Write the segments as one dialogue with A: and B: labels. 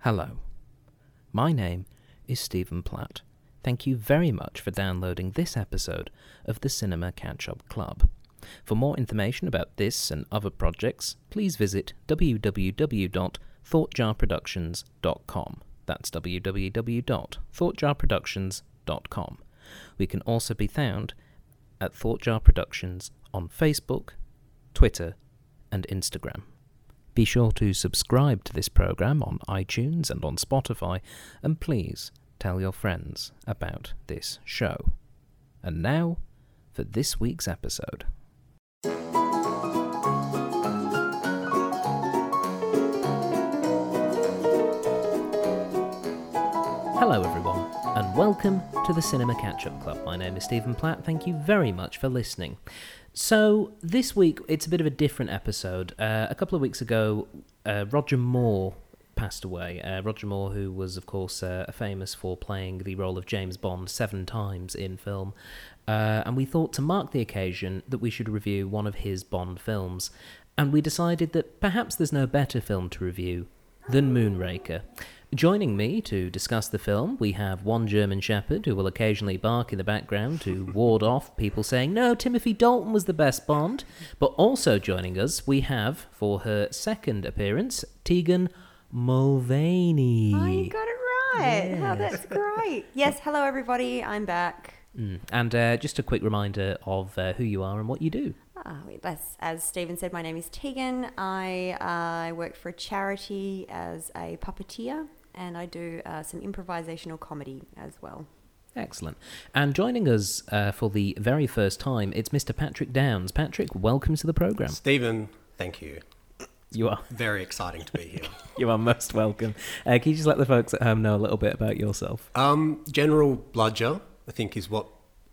A: Hello. My name is Stephen Platt. Thank you very much for downloading this episode of the Cinema Catch Up Club. For more information about this and other projects, please visit www.thoughtjarproductions.com. That's www.thoughtjarproductions.com. We can also be found at Thoughtjar Productions on Facebook, Twitter, and Instagram. Be sure to subscribe to this program on iTunes and on Spotify, and please tell your friends about this show. And now for this week's episode. Hello, everyone, and welcome to the Cinema Catch Up Club. My name is Stephen Platt. Thank you very much for listening. So, this week it's a bit of a different episode. Uh, a couple of weeks ago, uh, Roger Moore passed away. Uh, Roger Moore, who was, of course, uh, famous for playing the role of James Bond seven times in film. Uh, and we thought to mark the occasion that we should review one of his Bond films. And we decided that perhaps there's no better film to review than Moonraker. Joining me to discuss the film, we have one German Shepherd who will occasionally bark in the background to ward off people saying, No, Timothy Dalton was the best Bond. But also joining us, we have, for her second appearance, Tegan Mulvaney.
B: Oh, you got it right. Oh, that's great. Yes, hello everybody. I'm back.
A: Mm. And uh, just a quick reminder of uh, who you are and what you do.
B: Ah, wait, that's, as Stephen said, my name is Tegan. I uh, I work for a charity as a puppeteer, and I do uh, some improvisational comedy as well.
A: Excellent. And joining us uh, for the very first time, it's Mr. Patrick Downs. Patrick, welcome to the program.
C: Stephen, thank you.
A: You are
C: Very exciting to be here.
A: you are most welcome. Uh, can you just let the folks at home know a little bit about yourself?
C: Um, General Bludger, I think, is what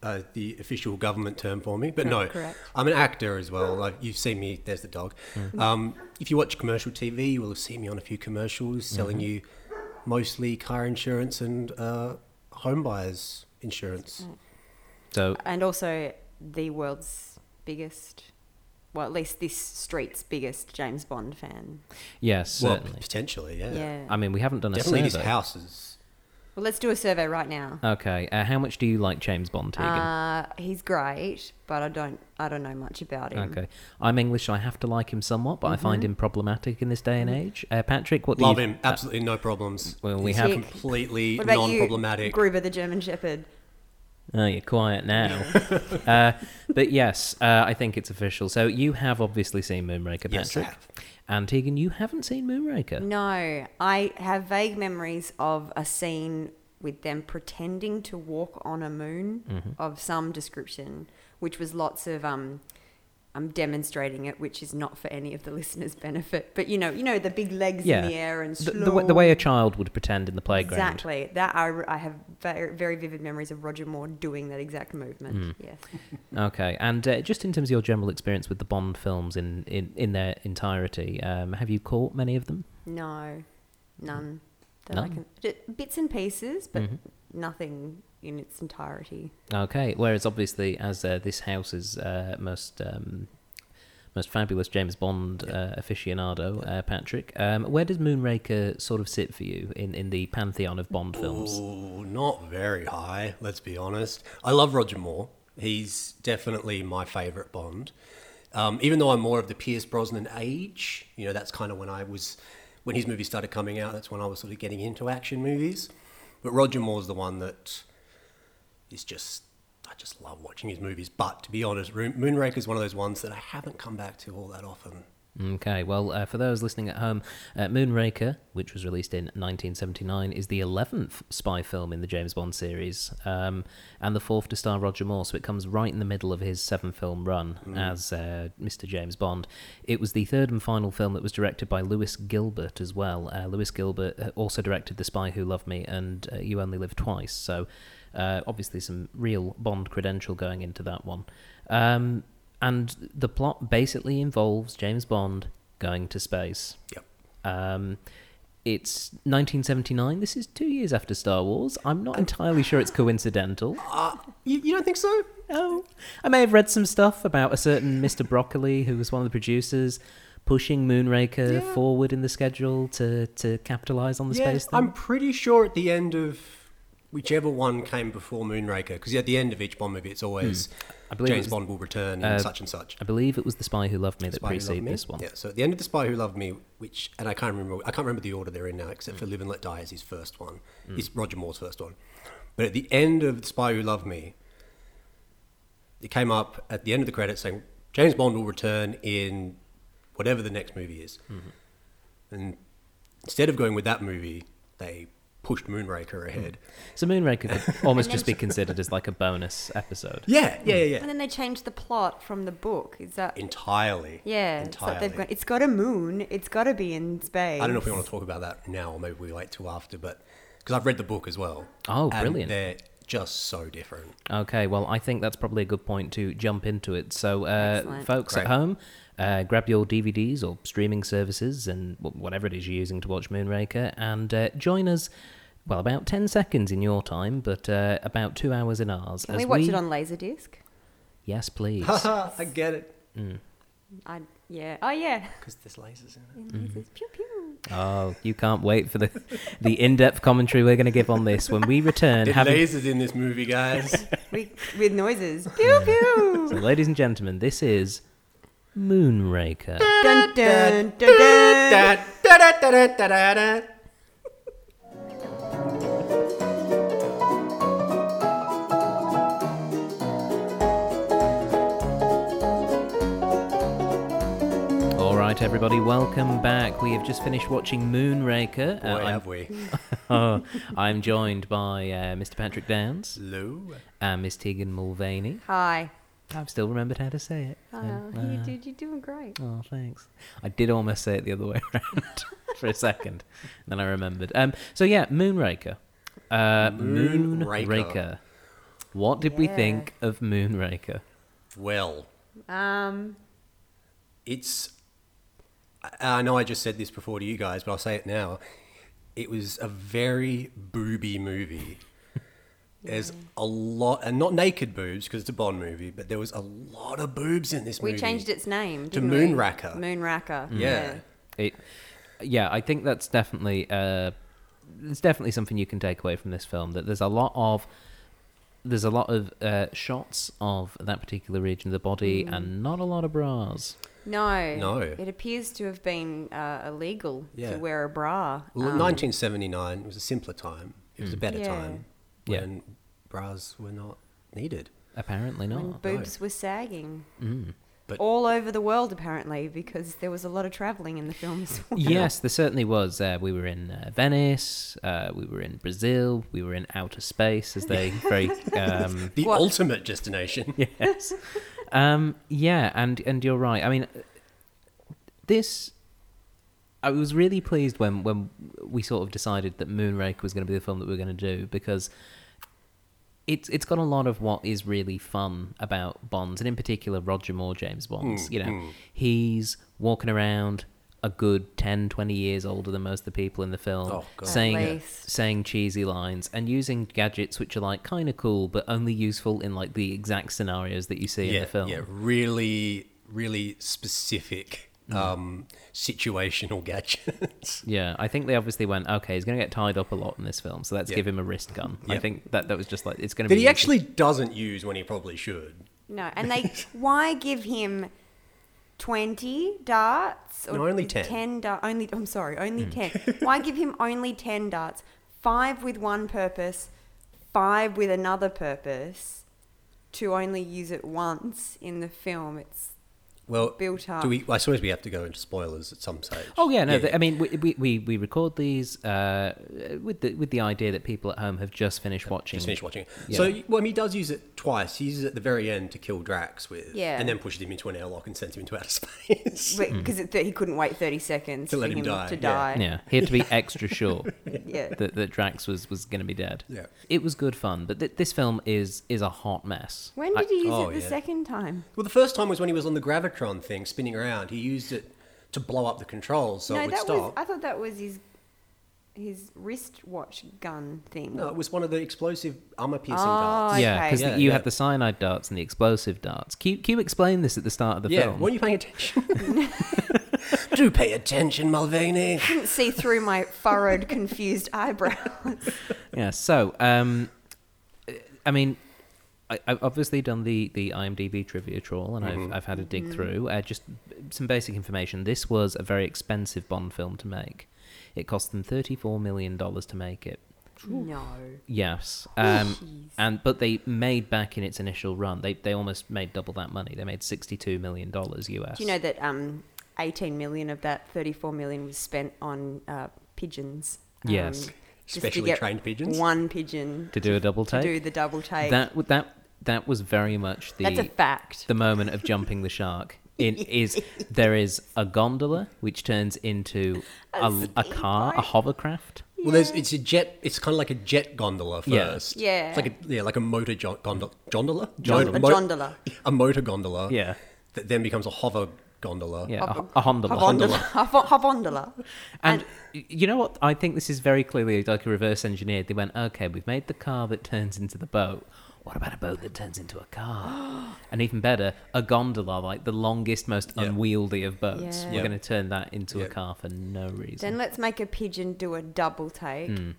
C: uh, the official government term for me. But no,
B: Correct.
C: I'm an actor as well. Like, you've seen me. There's the dog.
B: Mm.
C: Um, if you watch commercial TV, you will have seen me on a few commercials selling
B: Mm-hmm.
C: you mostly car insurance and uh, home buyers
B: Mm.
C: insurance.
A: So
B: And also the world's biggest, well, at least this street's biggest James Bond fan.
A: yes,
C: Well,
A: certainly.
C: potentially, yeah.
B: Yeah.
A: I mean, we haven't done a
C: Definitely these
A: survey.
C: houses.
B: well, let's do a survey right now.
A: okay, uh, how much do you like James Bond, Tegan?
B: Uh, he's great, but I don't I don't know much about him.
A: okay, I'm English, so I have to like him somewhat, but I find
B: Mm-hmm.
A: him problematic in this day and age. Uh, Patrick, what do
C: Love
A: you?
C: him. Absolutely no problems.
A: Well, we
C: He's
A: have-
C: completely
B: What about you,
C: non-problematic.
B: Gruber the German Shepherd?
A: Oh, you're quiet now. uh, but yes, uh, I think it's official. So you have obviously seen Moonraker, Patrick.
C: Yes, I have.
A: And Tegan, you haven't seen
B: Mm,
A: Moonraker.
B: No, I have vague memories of a scene with them pretending to walk on a moon
A: Mm-hmm.
B: of some description, which was lots of um. I'm demonstrating it, which is not for any of the listeners' benefit. But you know, you know the big legs
A: Yeah.
B: in the air and
A: The, the, way, the
B: slow-
A: way a child would pretend in the playground.
B: exactly that. I, I have very, very vivid memories of Roger Moore doing that exact movement.
A: Mm.
B: Yes,
A: Okay, and uh, just in terms of your general experience with the Bond films in, in, in their entirety, um, have you caught many of them?
B: no, none that I
A: None? Mm-hmm.
B: can j- bits and pieces, but nothing in its entirety.
A: Okay, whereas obviously, as uh, this house is uh, most um, most fabulous James Bond uh, aficionado, uh, Patrick, um, where does Moonraker sort of sit for you in, in the pantheon of Bond films?
C: Ooh, not very high, let's be honest. I love Roger Moore. He's definitely my favourite Bond. Um, even though I'm more of the Pierce Brosnan age, you know, that's kind of when I was, when his movies started coming out, that's when I was sort of getting into action movies. But Roger Moore's the one that is just, I just love watching his movies. But to be honest, Roo- Moonraker's one of those ones that I haven't come back to all that often.
A: Okay, well, uh, for those listening at home, uh, Moonraker, which was released in 1979, is the 11th spy film in the James Bond series um, and the fourth to star Roger Moore, so it comes right in the middle of his seven film run as uh, Mr. James Bond. It was the third and final film that was directed by Lewis Gilbert as well. Uh, Lewis Gilbert uh, also directed The Spy Who Loved Me and uh, You Only Live Twice, so uh, obviously some real Bond credential going into that one. Um, and the plot basically involves James Bond going to space.
C: Yep.
A: Um, it's 1979. This is two years after Star Wars. I'm not entirely sure it's coincidental.
C: Uh, you, you don't think so?
A: Oh, I may have read some stuff about a certain Mr. Broccoli, who was one of the producers, pushing Moonraker
C: Yeah.
A: forward in the schedule to to capitalize on the
C: Yeah,
A: space. Thing?
C: I'm pretty sure at the end of whichever one came before Moonraker, because at the end of each Bond movie, it's always
A: Hmm. I believe
C: James
A: it's-
C: Bond will return and
A: uh,
C: such and such.
A: I believe it was The Spy Who Loved Me that
C: Spy Who Loved
A: preceded
C: Me.
A: this one.
C: Yeah, so at the end of The Spy Who Loved Me, which and I can't remember I can't remember the order they're in now, except for Live and Let Die is his first one. It's Roger Moore's first one. But at the end of The Spy Who Loved Me, it came up at the end of the credits saying James Bond will return in whatever the next movie is. And instead of going with that movie, they pushed Moonraker ahead.
A: So Moonraker could almost just be considered as like a bonus episode.
C: Yeah, yeah, yeah, yeah.
B: And then they changed the plot from the book. Is that
C: Entirely.
B: yeah? It's, like
C: entirely.
B: they've got, it's got a moon. It's got to be in space.
C: I don't know if we want to talk about that now, or maybe we wait till after. But because I've read the book as well.
A: Oh,
C: and
A: brilliant.
C: They're just so different.
A: Okay, well, I think that's probably a good point to jump into it. So, uh,
B: Excellent.
A: folks at
C: Great.
A: home, uh, grab your DVDs or streaming services and wh- whatever it is you're using to watch Moonraker and uh, join us, well, about 10 seconds in your time, but uh, about two hours in ours.
B: Can we watch it on Laserdisc?
A: Yes, please.
C: I get it.
B: I yeah. Oh yeah.
C: Because there's lasers in it.
B: In lasers. Pew pew.
A: oh, you can't wait for the, the in depth commentary we're going to give on this when we return.
C: There's
A: having-
C: lasers in this movie, guys.
B: We, with noises. Pew
A: So,
B: pew.
A: ladies and gentlemen, this is Moonraker.
B: dun, dun, dun, dun.
C: Da- da- da- da- da- da- da- da.
A: All right, everybody, welcome back. We have just finished watching Moonraker. Uh,
C: Boy,
A: I'm-
C: have we?
A: Oh, I'm joined by uh, Mr. Patrick Downs
C: Lou.
A: and Miss Tegan Mulvaney.
B: Hi.
A: I've still remembered how to say it.
B: Oh,
A: Yeah.
B: you
A: Uh,
B: dude, you're doing great.
A: Oh, thanks. I did almost say it the other way around for a second, then I remembered. Um, so yeah, Moonraker. Uh,
C: Moonraker.
A: Moonraker. What did we
B: Yeah.
A: think of Moonraker?
C: Well,
B: Um,
C: it's. I- I know I just said this before to you guys, but I'll say it now. It was a very booby movie. There's a lot, and not naked boobs because it's a Bond movie, but there was a lot of boobs in this
B: we
C: movie.
B: changed its name
C: To
B: didn't we?
C: Moonraker.
B: Moonraker.
C: Yeah.
A: It, yeah, I think that's definitely uh, it's definitely something you can take away from this film. That there's a lot of there's a lot of uh, shots of that particular region of the body, and not a lot of bras.
B: No.
C: No.
B: It appears to have been uh, illegal
C: Yeah.
B: to wear a bra.
C: Well,
B: um, Mm.
C: 1979 was a simpler time. It was a better
B: Yeah.
C: time
A: Yeah.
C: when bras were not needed.
A: Apparently
B: when
A: not.
B: boobs were sagging.
C: Oh, Mm, But-
B: All over the world, apparently, because there was a lot of travelling in the film as well.
A: Yes, there certainly was. Uh, we were in uh, Venice, uh, we were in Brazil, we were in outer space, as they very um,
C: The
B: What-
C: ultimate destination.
A: yes. Um, yeah, and and you're right. I mean, this. I was really pleased when when we sort of decided that Moonraker was going to be the film that we were going to do because it's it's got a lot of what is really fun about Bonds, and in particular Roger Moore James Bonds.
C: Mm,
A: you know, he's walking around a good 10, 20 years older than most of the people in the film,
C: Oh, God. At
A: saying
B: least.
A: saying cheesy lines and using gadgets which are like kind of cool but only useful in like the exact scenarios that you see in
C: Yeah,
A: the film.
C: yeah, really, really specific
A: Mm.
C: um, situational gadgets.
A: Yeah, I think they obviously went, okay, he's going to get tied up a lot in this film, so let's
C: Yeah.
A: give him a wrist gun. I
C: Yeah.
A: think that that was just like it's going to
C: that
A: be
C: he
A: useful.
C: actually doesn't use when he probably should.
B: No, and they why give him twenty darts
C: No, only Mm. 10.
B: Ten da- only. I'm sorry, only ten. Why give him only ten darts? Five with one purpose, five with another purpose. To only use it once in the film, it's
C: Well,
B: Built up.
C: Do we, I suppose we have to go into spoilers at some stage.
A: Oh yeah, no. th I mean, we, we, we, we record these uh, with the with the idea that people at home have just finished watching.
C: Just finish watching it.
A: Yeah.
C: So, well, I mean, he does use it twice. He uses it at the very end to kill Drax with,
B: Yeah.
C: and then pushes him into an airlock and sends him into outer space.
B: because he couldn't wait thirty seconds
C: Mm. To
B: for
C: let him
B: him,
C: die,
B: to
C: yeah.
B: die.
A: Yeah, he had to be extra sure
B: Yeah.
A: that, that Drax was, was going to be dead.
C: Yeah.
A: it was good fun, but th- this film is is a hot mess.
B: When
A: I-
B: did he use
C: oh,
B: it the
C: yeah.
B: second time?
C: Well, the first time was when he was on the gravitron thing, spinning around. He used it to blow up the controls so it
B: no,
C: would
B: that
C: stop.
B: was. I thought that was his his wristwatch gun thing.
C: No, it was one of the explosive armor piercing
B: Oh,
C: darts.
B: I-
A: Yeah,
B: Okay.
A: because
C: Yeah,
A: you
C: yeah.
A: had the cyanide darts and the explosive darts. Can you, can you explain this at the start of the
C: Yeah,
A: film?
C: weren't you paying attention? Do pay attention, Mulvaney.
B: couldn't see through my furrowed, confused eyebrows.
A: yeah. So, um, I mean, I, I've obviously done the, the IMDb trivia trawl, and I've I've had a
B: Mm-hmm.
A: dig through. Uh, just some basic information. This was a very expensive Bond film to make. It cost them thirty four million dollars to make it.
B: no.
A: Yes.
B: Oh,
A: Um, and but they made back in its initial run. They they almost made double that money. They made sixty two million dollars US.
B: Do you know that um, 18 million of that 34 million was spent on uh, pigeons? Um,
A: Yes.
B: just to
C: Specially
B: get
C: trained pigeons?
B: One pigeon
A: to do a double
B: to
A: take.
B: do the double take.
A: that w- that that was very much the
B: That's a fact.
A: the moment of jumping the shark. It is there is a gondola which turns into a, a, car, a
B: speedboat.
A: hovercraft.
C: Well, there's it's a jet. It's kind of like a jet gondola
A: Yeah.
C: first.
B: Yeah.
C: It's like a yeah, like a motor jo- gondola. Gondola.
A: Gondola.
B: A
C: mo-
B: gondola.
C: A motor gondola.
A: Yeah.
C: That then becomes a hover gondola.
B: Oh.
A: Yeah, a, a hondola.
B: Havondola. Havo- Havondola.
A: And y- you know what? I think this is very clearly like a reverse engineered. They went, okay, we've made the car that turns into the boat. What about a boat that turns into a car? and even better, a gondola, like the longest, most
C: Yeah.
A: unwieldy of boats.
B: Yeah.
A: We're
C: Yeah.
A: going to turn that into a
C: Yeah.
A: car for no reason.
B: Then let's make a pigeon do a double take.
A: Hmm.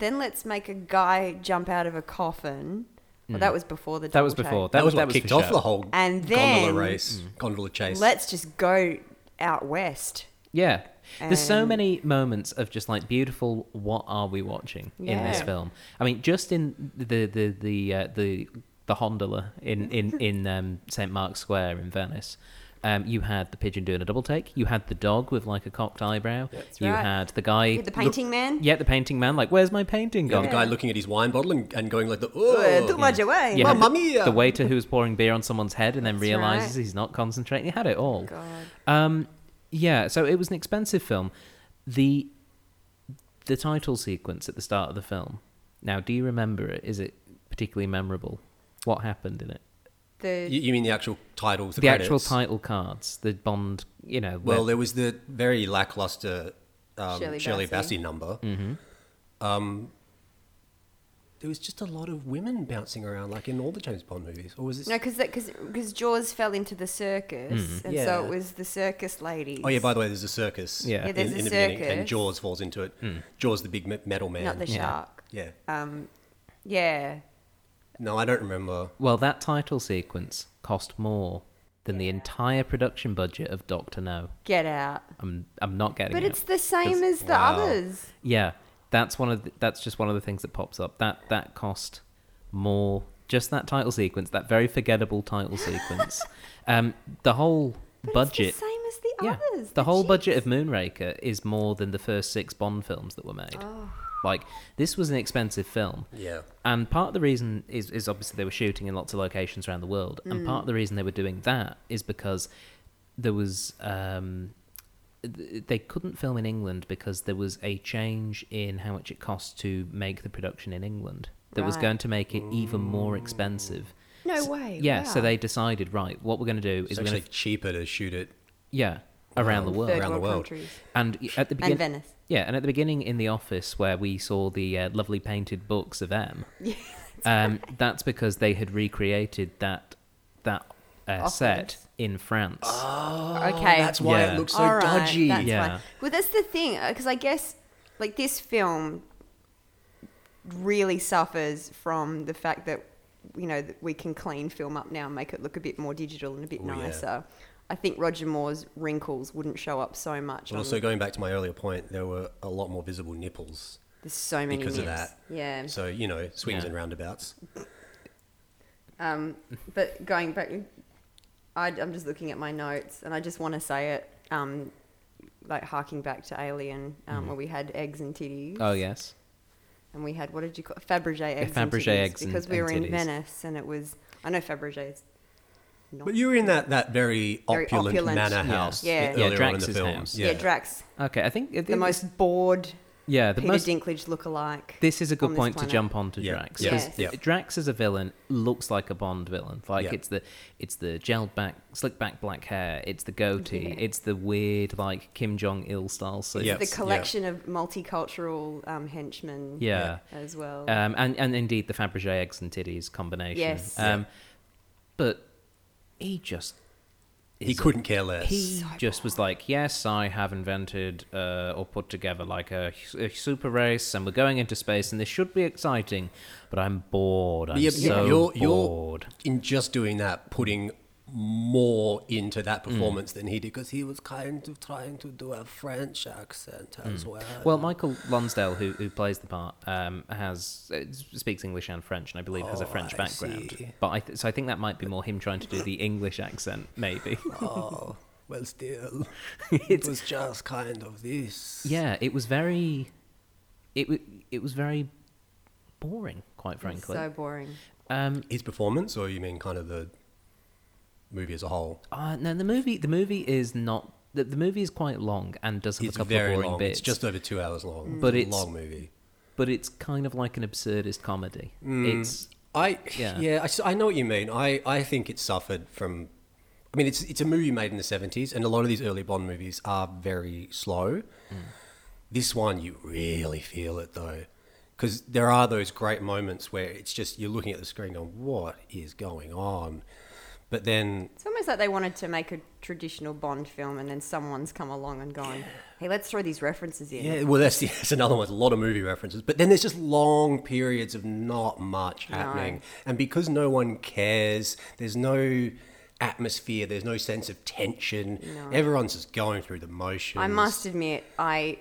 B: Then let's make a guy jump out of a coffin. Well, that was before the
A: Hmm. that was
B: double take.
A: before. That,
C: That was
A: that
C: what
A: was
C: kicked
A: for Mm.
C: off
A: show.
C: the whole
B: And then-
C: gondola race, gondola chase.
B: Let's just go out west.
A: Yeah. There's so
B: And-
A: many moments of just like beautiful. What are we watching in this
B: Yeah.
A: film? I mean, just in the the the uh, the the Hondola in in in um, St Mark's Square in Venice. Um, you had the pigeon doing a double take. You had the dog with like a cocked eyebrow. you
B: right.
A: had the guy.
B: Hit the painting man.
A: yeah, the painting man. Like, where's my painting
C: You know,
A: gone?
C: the guy looking at his wine bottle and, and going like the
B: Uh, too
C: oh.
B: much away.
A: You
C: Yeah.
A: had
C: Mamma
A: the-
C: mia.
A: The waiter who was pouring beer on someone's head and then
B: That's
A: realizes
B: right.
A: he's not concentrating. You had it all.
B: God.
A: Um, yeah, so it was an expensive film. The the title sequence at the start of the film. Now, do you remember it? Is it particularly memorable? What happened in it?
B: The
C: You, you mean the actual titles? The,
A: The actual
C: credits?
A: title cards, the Bond, you know.
C: Well,
A: where-
C: there was the very lackluster um,
B: Shirley
C: Shirley,
B: Bassey.
C: Bassey. number.
A: Mm-hmm.
C: Um, there was just a lot of women bouncing around, like in all the James Bond movies. Or was this?
B: No, because because Jaws fell into the circus,
A: Hmm.
B: and so
C: Yeah.
B: it was the circus ladies.
C: oh yeah. By the way, there's a circus.
A: Yeah. Hmm. Yeah,
B: there's
C: in,
B: a
C: in the beginning, and
B: circus.
C: Jaws falls into it. Jaws, the big me- metal man.
B: not the
A: Yeah.
B: shark.
C: yeah.
B: Um, yeah,
C: No, I don't remember.
A: well, that title sequence cost more than the entire production budget of Doctor No.
B: get out.
A: I'm I'm not getting
B: But
A: it.
B: it's the same as the
C: Wow.
B: others.
A: Yeah, that's one of the, that's just one of the things that pops up. That that cost more. Just that title sequence, that very forgettable title sequence. Um, the whole
B: But
A: budget.
B: It's the same as the
A: yeah,
B: others.
A: the whole
B: cheap-
A: budget of Moonraker is more than the first six Bond films that were made.
B: Oh.
A: Like this was an expensive film.
C: Yeah.
A: And part of the reason is, is obviously they were shooting in lots of locations around the world, and part of
B: Mm.
A: the reason they were doing that is because there was um, th- they couldn't film in England because there was a change in how much it cost to make the production in England that was
B: Right.
A: going to make it even more expensive.
B: No
A: S-
B: way,
A: Yeah, so
B: wow.
A: they decided right, what we're going to do is
C: It's
A: we're
C: actually
A: going to
C: cheaper to shoot it.
A: yeah around the world
B: Third
C: around the world.
B: countries.
A: and y- at the
B: And
A: beginning.
B: Venice.
A: Yeah, and at the beginning in the office where we saw the uh, lovely painted books of M, um, that's because they had recreated that that uh,
B: Office. Ah.
A: set in France.
B: Oh, okay,
C: Oh, That's why
A: Yeah.
C: it looks so
B: All right,
C: dodgy.
B: That's
A: Yeah.
B: fine. Well, that's the thing, because I guess like this film really suffers from the fact that you know that we can clean film up now and make it look a bit more digital and a bit
C: Oh, yeah.
B: nicer. I think Roger Moore's wrinkles wouldn't show up so much.
C: But
B: On,
C: also going back to my earlier point, there were a lot more visible nipples
B: there's so many
C: because of
B: nips.
C: that.
B: Yeah.
C: So you know, swings
A: Yeah.
C: and roundabouts.
B: Um, but going back, I, am just looking at my notes, and I just want to say it, um, like harking back to Alien, um, where we had eggs and titties.
A: Mm-hmm. Oh yes,
B: and we had what did you call it? Fabergé eggs? and
A: Fabergé
B: titties,
A: eggs and-
B: because we
A: and
B: were
A: titties.
B: in Venice, and it was I know Fabergé is not
C: But you were in that, that very
B: Very
C: opulent,
B: opulent.
C: manor
A: Yeah.
C: house
B: Yeah.
C: e-
B: Yeah,
C: earlier on in the
A: Drax's
C: film.
A: house.
B: yeah. Drax,
A: okay. I think it-
B: the
A: it-
B: most bored
A: yeah the
B: Peter
A: most.
B: Dinklage look-alike.
A: This is a
B: on
A: good
B: this
A: point to
B: planet.
A: jump onto
C: Yeah.
A: Drax
C: Yeah.
A: 'cause
B: Yes.
C: Yeah.
A: Drax as a villain looks like a Bond villain. Like
C: Yeah.
A: it's the it's the gelled back, slick back black hair. It's the goatee.
B: Yeah.
A: It's the weird like Kim Jong Il style suit.
C: Yeah.
B: the
C: yeah.
B: collection of multicultural um, henchmen,
A: Yeah.
B: as well.
A: um, and and indeed the Fabergé eggs and titties combination.
B: Yes.
A: Um, But he Um, just
C: He couldn't care less.
A: He just was like, "Yes, I have invented uh, or put together like a, a super race, and we're going into space, and this should be exciting, but I'm bored. I'm
C: Yeah, but
A: so
C: you're,
A: bored."
C: you're in just doing that, putting more into
A: Mm.
C: that performance than he did because he was kind of trying to do a French accent as well.
A: Mm. Well, Michael Lonsdale, who who plays the part, um, has uh, speaks English and French, and I believe has a
C: Oh,
A: French
C: I
A: background.
C: see.
A: But I th- so I think that might be more him trying to do the English accent, maybe.
C: oh, well, still, it
A: It's-
C: was just kind of this.
A: yeah, it was very, it wa- it was very boring, quite frankly.
B: So boring.
A: um,
C: His performance, or you mean kind of the movie as a whole?
A: uh, no, the movie the movie is not the, the movie is quite long and does have
C: It's
A: a couple
C: very
A: of boring
C: long.
A: bits.
C: It's just over two hours long.
A: But
C: a
A: it's-
C: long movie.
A: but it's kind of like an absurdist comedy.
C: Mm.
A: It's
C: I
A: Yeah.
C: yeah, I s I I, know what you mean. I, I think it suffered from. I mean, it's it's a movie made in the seventies, and a lot of these early Bond movies are very slow. This one, you really feel it though, because there are those great moments where it's just you're looking at the screen going, "What is going on?" But then,
B: It's almost like they wanted to make a traditional Bond film, and then someone's come along and gone, "Hey, let's throw these references in."
C: yeah, well, that's the, that's another one. It's a lot of movie references, but then there's just long periods of not much happening, and because no one cares, there's no atmosphere, there's no sense of tension.
B: No.
C: Everyone's just going through the motions.
B: I must admit, I,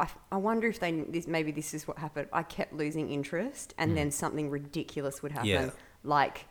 B: I, I wonder if they this, maybe this is what happened. I kept losing interest, and then something ridiculous would happen,
C: Hmm. Yeah.
B: like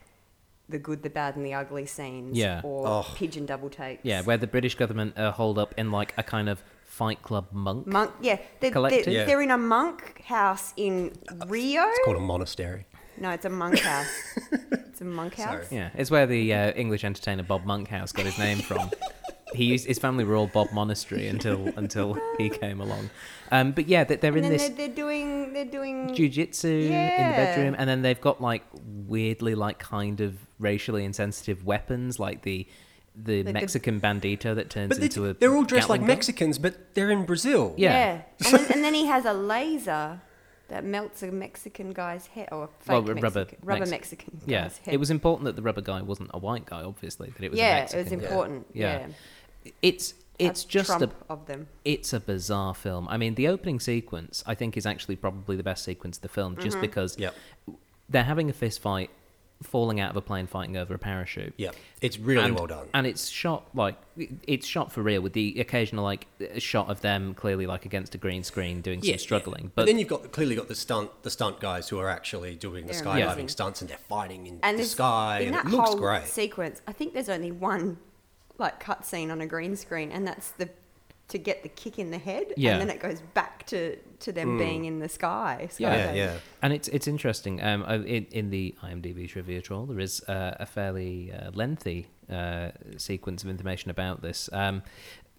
B: the good, the bad, and the ugly scenes,
A: Yeah.
B: or
C: Oh.
B: pigeon double takes.
A: yeah, where the British government are holed up in like a kind of Fight Club monk.
B: monk. Yeah, they're, they're,
A: Collective?
C: Yeah.
B: they're in a monk house in Rio.
C: It's called a monastery.
B: no, it's a monk house. it's a monk house.
C: Sorry.
A: Yeah, it's where the uh, English entertainer Bob Monkhouse got his name from. he used, his family were all Bob Monastery until until he came along. Um, but yeah, that they're
B: And
A: in
B: then
A: this
B: they're, they're doing they're doing
A: jujitsu in the
B: Mm. Yeah.
A: bedroom, and then they've got like weirdly like kind of racially insensitive weapons, like the the
B: the-
A: Mexican bandito that turns
C: But they,
A: into a.
C: they're all dressed like
A: Gatling gun.
C: Mexicans, but they're in Brazil.
A: Yeah.
B: And, then, and then he has a laser that melts a Mexican guy's head, or a fake
A: Well,
B: Mexican,
A: rubber
B: rubber,
A: Mex-
B: Mexican guy's
A: Yeah,
B: head.
A: it was important that the rubber guy wasn't a white guy. Obviously, that it was. a
B: yeah, it
A: Mexican
B: was
A: guy.
B: important.
A: Yeah.
B: Yeah,
A: It's it's
B: That's
A: just
B: Trump
A: a
B: of them.
A: it's a bizarre film. I mean, the opening sequence I think is actually probably the best sequence of the film, just
B: Mm-hmm.
A: because
C: Yep.
A: they're having a fist fight, falling out of a plane, fighting over a parachute.
C: Yeah. It's really
A: and,
C: well done.
A: And it's shot like it's shot for real with the occasional like shot of them clearly like against a green screen doing some struggling.
C: But,
A: But,
C: then you've got clearly got the stunt the stunt guys who are actually doing the
B: They're
C: skydiving
A: amazing.
C: stunts and they're fighting in
B: And
C: the
B: there's-
C: sky
B: in
C: and
B: that
C: it looks
B: whole
C: great.
B: sequence, I think there's only one like cut scene on a green screen, and that's the to get the kick in the head,
A: Yeah. Hmm.
B: and then it goes back to to them being in the sky.
C: yeah,
B: skydiving.
C: yeah.
A: And it's it's interesting. Um, uh, in, in the IMDb trivia trawl, there is uh, a fairly uh, lengthy uh, sequence of information about this. Um,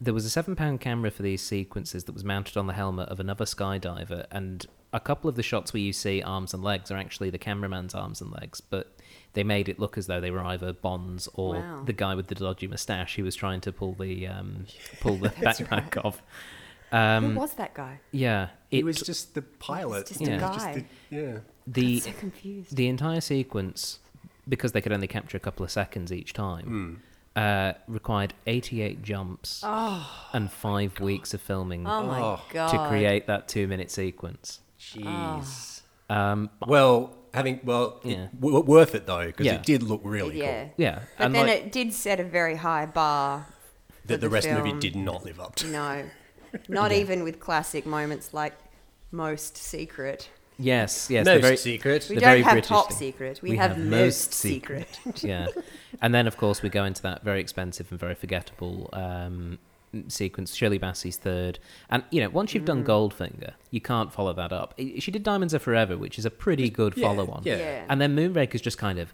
A: there was a seven-pound camera for these sequences that was mounted on the helmet of another skydiver, and a couple of the shots where you see arms and legs are actually the cameraman's arms and legs, but they made it look as though they were either Bonds or
B: Wow.
A: the guy with the dodgy moustache who was trying to pull the um, pull the backpack off. Um,
B: Who was that guy?
A: yeah,
C: It,
A: it
C: was just the pilot.
B: just
A: a
C: It was
B: guy.
C: the- yeah.
A: the
B: so confused.
A: the entire sequence, because they could only capture a couple of seconds each time,
C: Hmm.
A: uh, required 88 jumps and five weeks of filming
B: Oh my
C: Oh.
B: god!
A: to create that two minute sequence.
B: Ah.
C: Jeez.
A: Um,
C: Well, having well, it-
A: Yeah.
C: w- w- worth it though because
A: Yeah.
C: it did look really
B: yeah.
C: cool.
A: yeah.
B: But
A: and
B: then
A: like,
B: it did set a very high bar.
C: That the,
B: the
C: rest of the
B: film.
C: movie did not live up to.
B: No, not even with classic moments like most secret.
A: yes, yes.
C: Most
A: the very,
C: secret.
B: We
A: The
B: don't
A: very
B: have
A: British
B: top
A: thing.
B: secret. We,
A: We
B: have,
A: have
B: most,
A: most
B: secret.
A: yeah. And then, of course, we go into that very expensive and very forgettable um, sequence, Shirley Bassey's third. And, you know, once you've
B: Mm.
A: done Goldfinger, you can't follow that up. I- She did Diamonds Are Forever, which is a pretty good
C: yeah,
A: follow on.
C: yeah.
B: Yeah.
A: And then Moonraker's just kind of,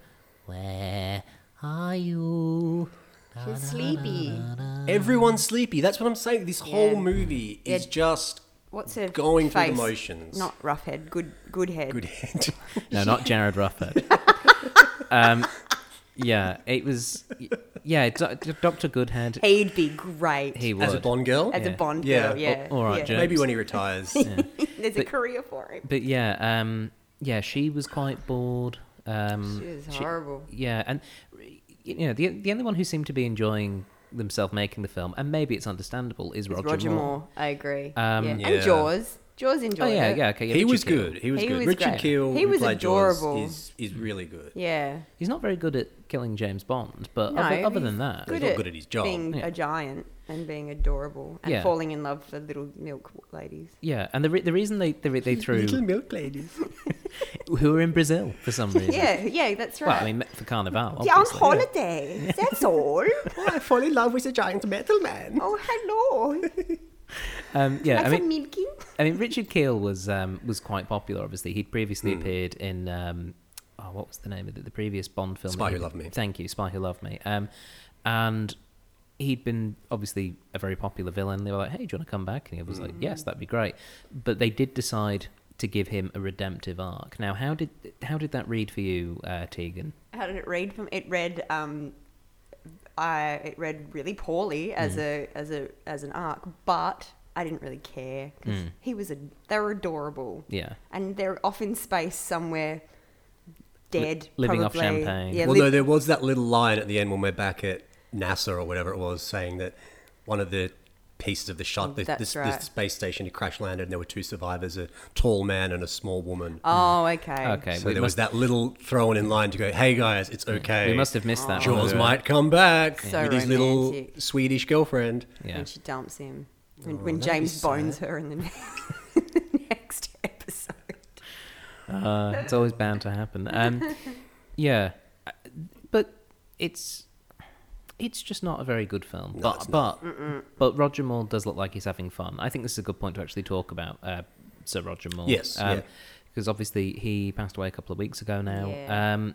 A: Where are you?
B: She's sleepy.
C: Everyone's sleepy. That's what I'm saying. This whole
B: Yeah.
C: movie is
B: Yeah.
C: just
B: What's her
C: Going through the
B: face?
C: motions.
B: Not rough head. Good. Good head.
C: good head.
A: No, not Jared Rufford. um, yeah, it was. Yeah, Do- Dr. Goodhead.
B: He'd be great
A: He would.
C: As a Bond girl.
B: as
A: yeah. Oh,
B: a Bond
C: Yeah.
B: girl. Yeah.
A: All right,
B: yeah.
A: Jack.
C: Maybe when he retires.
B: There's a
A: But-
B: career for him.
A: But yeah, um, yeah, she was quite bored. Um,
B: She was
A: she-
B: horrible.
A: yeah, and you know, the the only one who seemed to be enjoying themselves making the film, and maybe it's understandable, is Roger,
B: Roger
A: Moore.
B: Moore. I agree.
A: Um,
B: yeah.
C: Yeah.
B: And Jaws. Jaws
A: Oh
B: enjoyed
A: yeah,
B: it.
A: yeah, okay. Yeah,
C: he
A: Richard
C: was
A: Kiel.
C: good. He was
B: He
C: good.
B: was
C: Richard
B: great.
C: Keel.
B: He
C: who
B: was
C: played Jaws,
B: adorable.
C: Is is really good.
B: Yeah.
A: He's not very good at killing James Bond, but
B: No,
A: other, other
B: he's
A: than that,
C: He's not good at his job.
B: Being
A: Yeah.
B: a giant and being adorable and
A: Yeah.
B: falling in love for little milk ladies.
A: yeah. And the re- the reason they they, re- they threw
C: milk ladies.
A: who were in Brazil for some reason.
B: Yeah, yeah, that's right.
A: Well, I mean for Carnival.
B: yeah, on
A: obviously.
B: holiday. er That's all.
C: I fall in love with a giant metal man.
B: Oh, hello.
A: Um, yeah,
B: Like
A: I mean,
B: some milking.
A: I mean, Richard Keel was um, was quite popular. Obviously, he'd previously
C: Hmm.
A: appeared in um, oh, what was the name of the, the previous Bond film?
C: Spy
A: that
C: Who
A: he-
C: Loved Me.
A: Thank you, Spy Who Loved Me. Um, and he'd been obviously a very popular villain. They were like, "Hey, do you want to come back?" And he was like,
C: Hmm.
A: "Yes, that'd be great." But they did decide to give him a redemptive arc. Now, how did how did that read for you, uh, Tegan?
B: How did it read from? It read. Um, I it read really poorly as
A: Mm.
B: a as a as an arc, but I didn't really care 'cause
A: Mm.
B: he was a. They were adorable.
A: Yeah,
B: and they're off in space somewhere, dead,
A: Li- living off
B: probably.
A: champagne.
B: Yeah,
C: well,
B: li-
C: no, there was that little line at the end when we're back at NASA or whatever it was, saying that one of the pieces of the
A: Mm,
C: shot, the,
B: That's
C: this,
B: right.
C: the space station, had crash landed, and there were two survivors, a tall man and a small woman.
B: oh, okay.
A: Okay.
C: so
A: we
C: there
A: must-
C: was that little thrown in line to go, "Hey guys, it's okay."
A: we must have missed that. one.
C: Jaws might come back
B: So
C: with his little
B: romantic.
C: Swedish girlfriend.
A: Yeah.
B: When she dumps him, when,
C: Oh,
B: when
C: that'd be
B: James bones
C: sad.
B: her in the, ne- next episode.
A: Uh, it's always bound to happen. Um, yeah, Uh, but it's it's just not a very good film. but
C: it's
A: but but Roger Moore does look like he's having fun. I think this is a good point to actually talk about uh, Sir Roger Moore.
C: Yes, yeah.
A: Because obviously he passed away a couple of weeks ago now.
B: Yeah.
A: Um,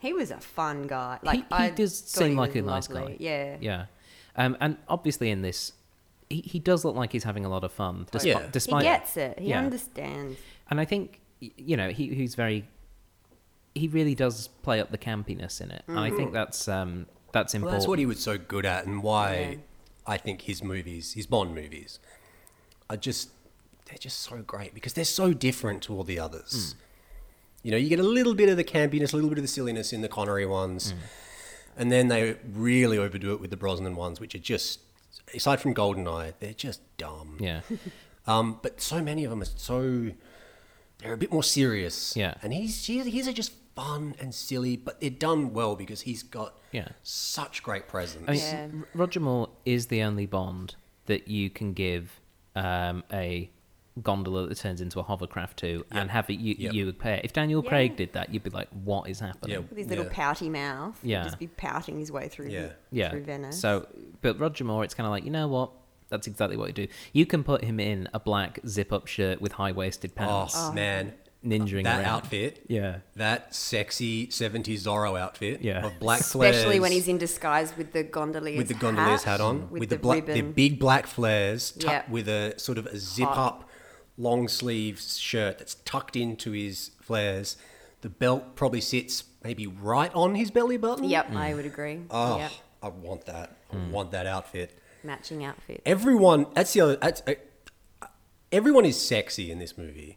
B: He was a fun guy.
A: He-
B: Like
A: he
B: I
A: does
B: thought he
A: seem like
B: was
A: a nice
B: lovely.
A: guy.
B: Yeah.
A: yeah. Um, and obviously in this, he, he does look like he's having a lot of fun. Despite,
C: Yeah. He
A: despite
B: he gets it. He
A: Yeah.
B: understands.
A: and I think y- you know he he's very he really does play up the campiness in it, and I think that's um that's
C: Mm-hmm. Well,
A: important.
C: that's what he was so good at, and why
B: Yeah.
C: I think his movies, his Bond movies, are just they're just so great because they're so different to all the
A: Hmm.
C: others. You know, you get a little bit of the campiness, a little bit of the silliness in the Connery
A: Hmm.
C: ones, and then they really overdo it with the Brosnan ones, which are just aside from Goldeneye, they're just dumb.
A: yeah,
C: Um, but so many of them are so they're a bit more serious.
A: Yeah.
C: and he's he- his are just fun and silly, but they're done well because he's got
A: Yeah.
C: such great presence.
A: I mean,
B: Yeah.
A: R- Roger Moore is the only Bond that you can give um, a gondola that turns into a hovercraft to, and have it you
C: Yep.
A: you pay. If Daniel
B: Yeah.
A: Craig did that, you'd be like, "What is happening?"
B: With his little
C: Yeah.
B: pouty mouth. He'd
A: Yeah.
B: Just be pouting his way through.
C: Yeah.
A: Yeah.
B: Through Venice.
A: So, but Roger Moore, it's kind of like you know what. That's exactly what you do. You can put him in a black zip-up shirt with high-waisted
C: Oh,
A: pants,
C: man,
A: ninjaing
C: that
A: around.
C: outfit,
A: Yeah,
C: that sexy '70s Zorro outfit
A: Yeah.
C: of black flares,
B: Especially when he's in disguise with the gondolier's
C: with the gondolier's hat, on,
B: with,
C: the,
B: the,
C: black, the
B: ribbon.
C: big black flares, tucked
B: Yeah.
C: with a sort of a zip up long sleeve shirt that's tucked into his flares. The belt probably sits maybe right on his belly button.
B: Yep,
A: Mm.
B: I would agree.
C: Oh,
B: Yep.
C: I want that. I
A: Hmm.
C: want that outfit.
B: Matching outfit.
C: Everyone, that's the other. That's, uh, everyone is sexy in this movie.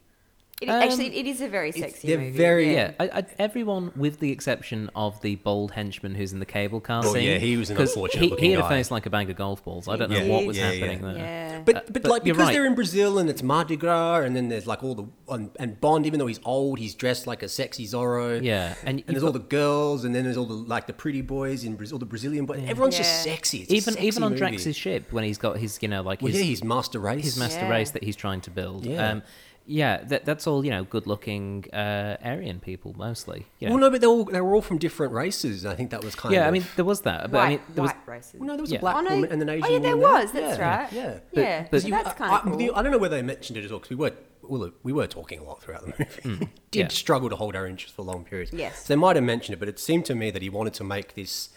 B: It,
A: Um,
B: actually, it is a very sexy
C: they're
B: movie.
C: very-
A: Yeah, I, I, everyone with the exception of the bold henchman who's in the cable car
C: Oh,
A: scene.
C: yeah, he was an
A: 'cause
C: unfortunate
A: he,
C: looking
A: he had a
C: guy.
A: face like a bag of golf balls. I don't know
C: Yeah.
A: what was
C: Yeah, yeah.
A: happening there.
B: Yeah.
C: But,
A: Uh,
C: but,
A: but
C: like
A: you're
C: because
A: right.
C: they're in Brazil and it's Mardi Gras and then there's like all the and, and Bond even though he's old he's dressed like a sexy Zorro
A: Yeah, and
C: and,
A: you've
C: there's all the girls and then there's all the like the pretty boys in Brazil the Brazilian boys everyone's just
B: Yeah.
C: sexy it's a
A: Even
C: sexy
A: even on
C: movie.
A: Drax's ship when he's got his you know like
C: well
A: his,
C: yeah he's master race
A: his master
B: Yeah.
A: race that he's trying to build.
C: Yeah.
A: Um, yeah, that that's all you know. Good looking uh, Aryan people mostly. You know.
C: well no but they all they were all from different races and I think that was kind
A: yeah,
C: of
A: I mean there was that, but
B: white,
A: I mean there was
B: white races.
C: well, no there was
A: yeah.
C: a black
B: Oh, no.
C: woman and an
B: Oh,
C: Asian
B: yeah, there
C: woman
B: was, that's
C: yeah.
B: right.
C: yeah
B: But- Yeah,
A: but-
B: so
C: You-
B: that's
C: I-
B: kind of
C: I,
B: cool.
C: I don't know whether they mentioned it at all because we were well, we were talking a lot throughout the
A: Hmm.
C: movie. Did
A: yeah.
C: struggle to hold our interest for long periods.
B: Yes.
C: so they might have mentioned it, but it seemed to me that he wanted to make this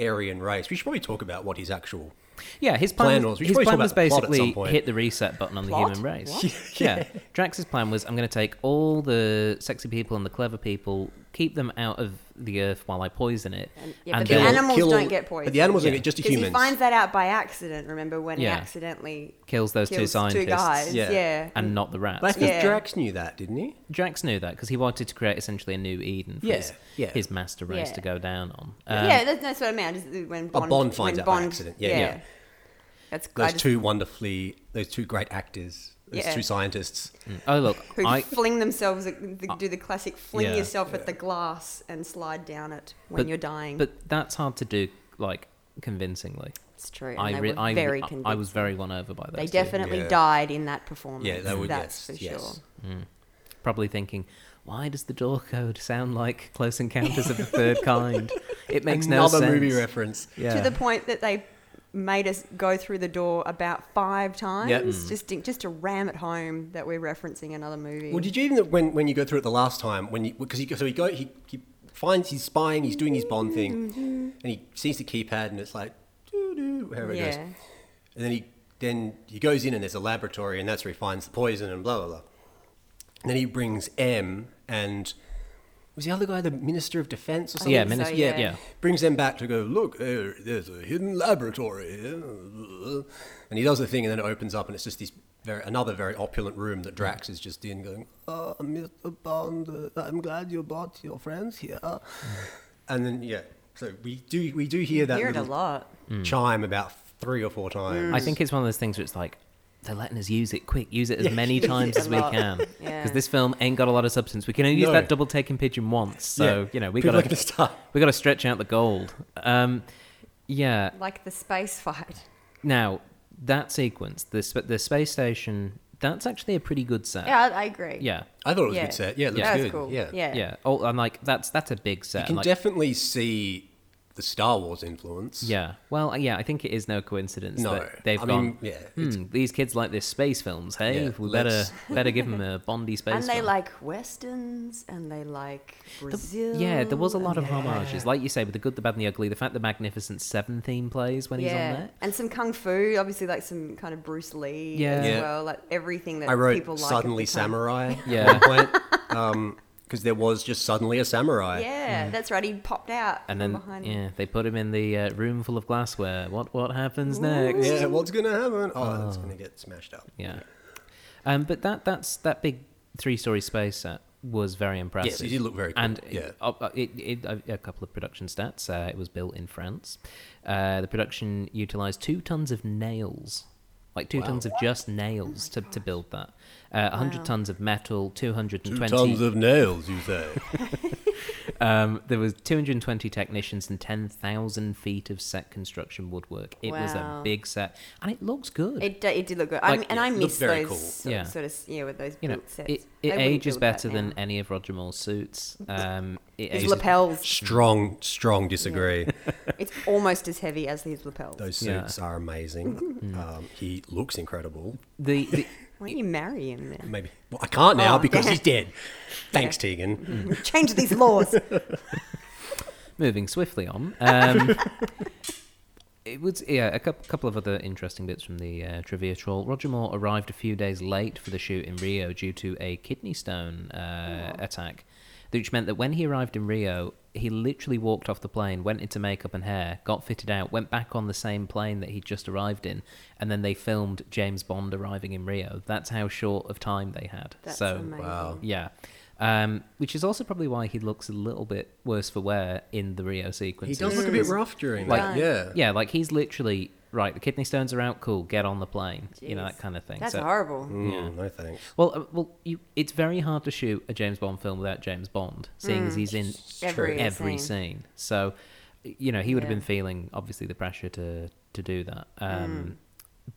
C: Aryan race. We should probably talk about what his actual
A: Yeah, his plan,
C: plan
A: was,
C: was- we should
A: his
C: probably
A: plan
C: talk
A: was
C: about the plot at some
A: basically
C: point.
A: hit the reset button on
B: Plot?
A: the human race.
B: What?
A: yeah. Drax's plan was I'm going to take all the sexy people and the clever people keep them out of the earth while I poison it.
B: And- yeah, but the
A: then-
C: Kill-
B: animals
C: kill-
B: don't get poisoned.
C: The animals don't
A: Yeah.
C: get just the
B: Because he
C: humans.
B: finds that out by accident. Remember when
A: Yeah.
B: he accidentally
A: kills those two
B: kills
A: scientists
B: guys?
C: Yeah.
B: Yeah.
A: and not the rats.
C: but I think
B: Yeah.
C: Drax knew that, didn't he?
A: Drax knew that because he wanted to create essentially a new Eden for
C: Yeah,
A: his,
C: yeah.
A: his master race
B: Yeah.
A: to go down on. Um,
B: yeah, that's, that's what I meant. Just when
C: Oh,
B: Bond,
C: Bond finds
B: when
C: out by accident. Yeah, yeah.
B: That's I
C: Those
B: just-
C: two wonderfully, those two great actors, those
B: Yeah.
C: two scientists.
A: Oh look,
B: who
A: I
B: fling themselves, the, do the classic fling
A: Yeah.
B: yourself at the glass and slide down it when
A: But-
B: you're dying.
A: but that's hard to do like convincingly.
B: it's true. And
A: I,
B: they
A: re-
B: were
A: I,
B: very
A: I-
B: convinced.
A: I was very won over by those.
B: they
A: two.
B: definitely
C: Yeah.
B: died in that performance.
C: Yeah, they would.
B: Mm-hmm. That's
C: yes,
B: for
C: yes.
B: sure.
A: probably thinking, why does the door code sound like Close Encounters of the Third Kind? It makes no
C: Another
A: sense.
C: movie reference.
A: yeah.
B: To the point that they made us go through the door about five times
C: Yep.
B: just to, just to ram it home that we're referencing another movie.
C: Well, did you even when when you go through it the last time when you because he so he go he, he finds he's spying he's doing his Bond thing
B: Mm-hmm.
C: and he sees the keypad and it's like doo doo however it goes
B: yeah.
C: and then he then he goes in and there's a laboratory and that's where he finds the poison and blah blah blah and then he brings M and was the other guy the Minister of Defense or something
A: yeah,
B: think so,
A: minis-
B: yeah.
A: yeah,
C: brings them back to go look there, there's a hidden laboratory here." and he does the thing and then it opens up and it's just this very, another very opulent room that drax is just in going oh mr bond uh, i'm glad you brought your friends here and then yeah so we do we do hear that
B: Hear it a
C: little
B: lot. Mm.
C: chime about three or four times
A: Mm. I think it's one of those things where it's like, they're letting us use it quick, use it as many times
B: a
A: as we
B: lot.
A: can. Because
B: Yeah.
A: this film ain't got a lot of substance. We can only use
C: No.
A: that double taken pigeon once. So,
C: Yeah.
A: you know, we
C: People
A: gotta
C: are gonna start.
A: we gotta stretch out the gold. Um, yeah.
B: Like the space fight.
A: Now, that sequence, the sp- the space station, that's actually a pretty good set.
B: Yeah, I I agree.
A: Yeah.
C: i thought it was a
B: Yeah.
C: good set yeah it looks
B: That was
C: good
B: cool.
C: yeah
B: Yeah.
A: Yeah. Oh, and like that's that's a big set.
C: you can
A: like,
C: definitely see the star wars influence
A: Yeah. Well, uh, yeah, I think it is no coincidence
C: No,
A: that they've
C: I
A: gone.
C: mean, yeah, it's-
A: "Hmm, these kids like this space films. Hey,
C: Yeah,
A: we better
C: let's-
A: better give them a Bondy space.
B: And they
A: film."
B: like westerns and they like Brazil.
A: Yeah, there was a lot of
B: and-
A: homages, like you say, with the good, the bad, and the ugly. The fact the Magnificent Seven theme plays when he's on there.
B: And some kung fu, obviously, like some kind of Bruce Lee
A: Yeah.
B: as
C: Yeah.
B: well, like everything that
C: I wrote
B: people like. at the
C: suddenly
B: time.
C: samurai
A: Yeah.
C: at one point because there was just suddenly a samurai.
B: Yeah, that's right. He popped out
A: And
B: from
A: then,
B: behind.
A: yeah, they put him in the uh, room full of glassware. What what happens next?
C: Yeah, what's gonna happen? Oh, it's gonna get smashed up.
A: Yeah. Um, but that that's that big three story space set was very impressive.
C: it did look very cool,
A: And
C: yeah.
A: it, uh, uh, it, it, uh, a couple of production stats. Uh, it was built in France. Uh, the production utilized two tons of nails, like two tons of just nails to, to build that. Uh, 100 tons of metal, 220
C: of nails, you say?
A: um, there was 220 technicians and 10,000 feet of set construction woodwork. It was a
B: Wow.
A: big set, and it looks good.
B: It, d- it did look good. I
A: Like,
B: mean, and I
C: it
B: miss
C: looked very
B: those
C: cool.
B: so-
A: Yeah.
B: sort of, yeah, with those
A: you know,
B: built sets.
A: it,
B: They
A: it
B: wouldn't
A: ages
B: build that
A: better than
B: now.
A: any of Roger Moore's suits. Um, it
B: His
A: ages-
B: lapels.
C: strong, strong disagree.
B: it's almost as heavy as his lapels.
C: Those
A: Yeah. Hmm.
C: suits are amazing. Um, he looks incredible.
A: the, the
B: Why don't you marry him then?
C: Maybe well, I can't now
B: Oh,
C: because
B: yeah.
C: he's dead. Thanks, Tegan.
A: Hmm,
B: Change these laws.
A: moving swiftly on. Um, it was yeah a coup- couple of other interesting bits from the uh, trivia trawl. Roger Moore arrived a few days late for the shoot in Rio due to a kidney stone uh, attack, which meant that when he arrived in Rio. He literally walked off the plane, went into makeup and hair, got fitted out, went back on the same plane that he'd just arrived in, and then they filmed James Bond arriving in Rio. That's how short of time they had.
B: That's
A: so
B: amazing.
C: Wow.
A: yeah. Um, which is also probably why he looks a little bit worse for wear in the Rio
C: He
A: sequences.
C: does look a bit rough during
A: Like-
C: that. Yeah.
A: Yeah, like he's literally right. The kidney stones are out. Cool, get on the plane. You know
B: Jeez.
A: that kind of thing.
B: That's
A: So-
B: horrible.
C: Mm, no thanks.
A: Well, uh, well, you, it's very hard to shoot a James Bond film without James Bond, seeing
C: Mm.
A: as he's in
B: Every
A: every
B: scene.
A: scene. So, you know, he would have
B: Yeah.
A: been feeling obviously the pressure to to do that.
B: Mm.
A: Um,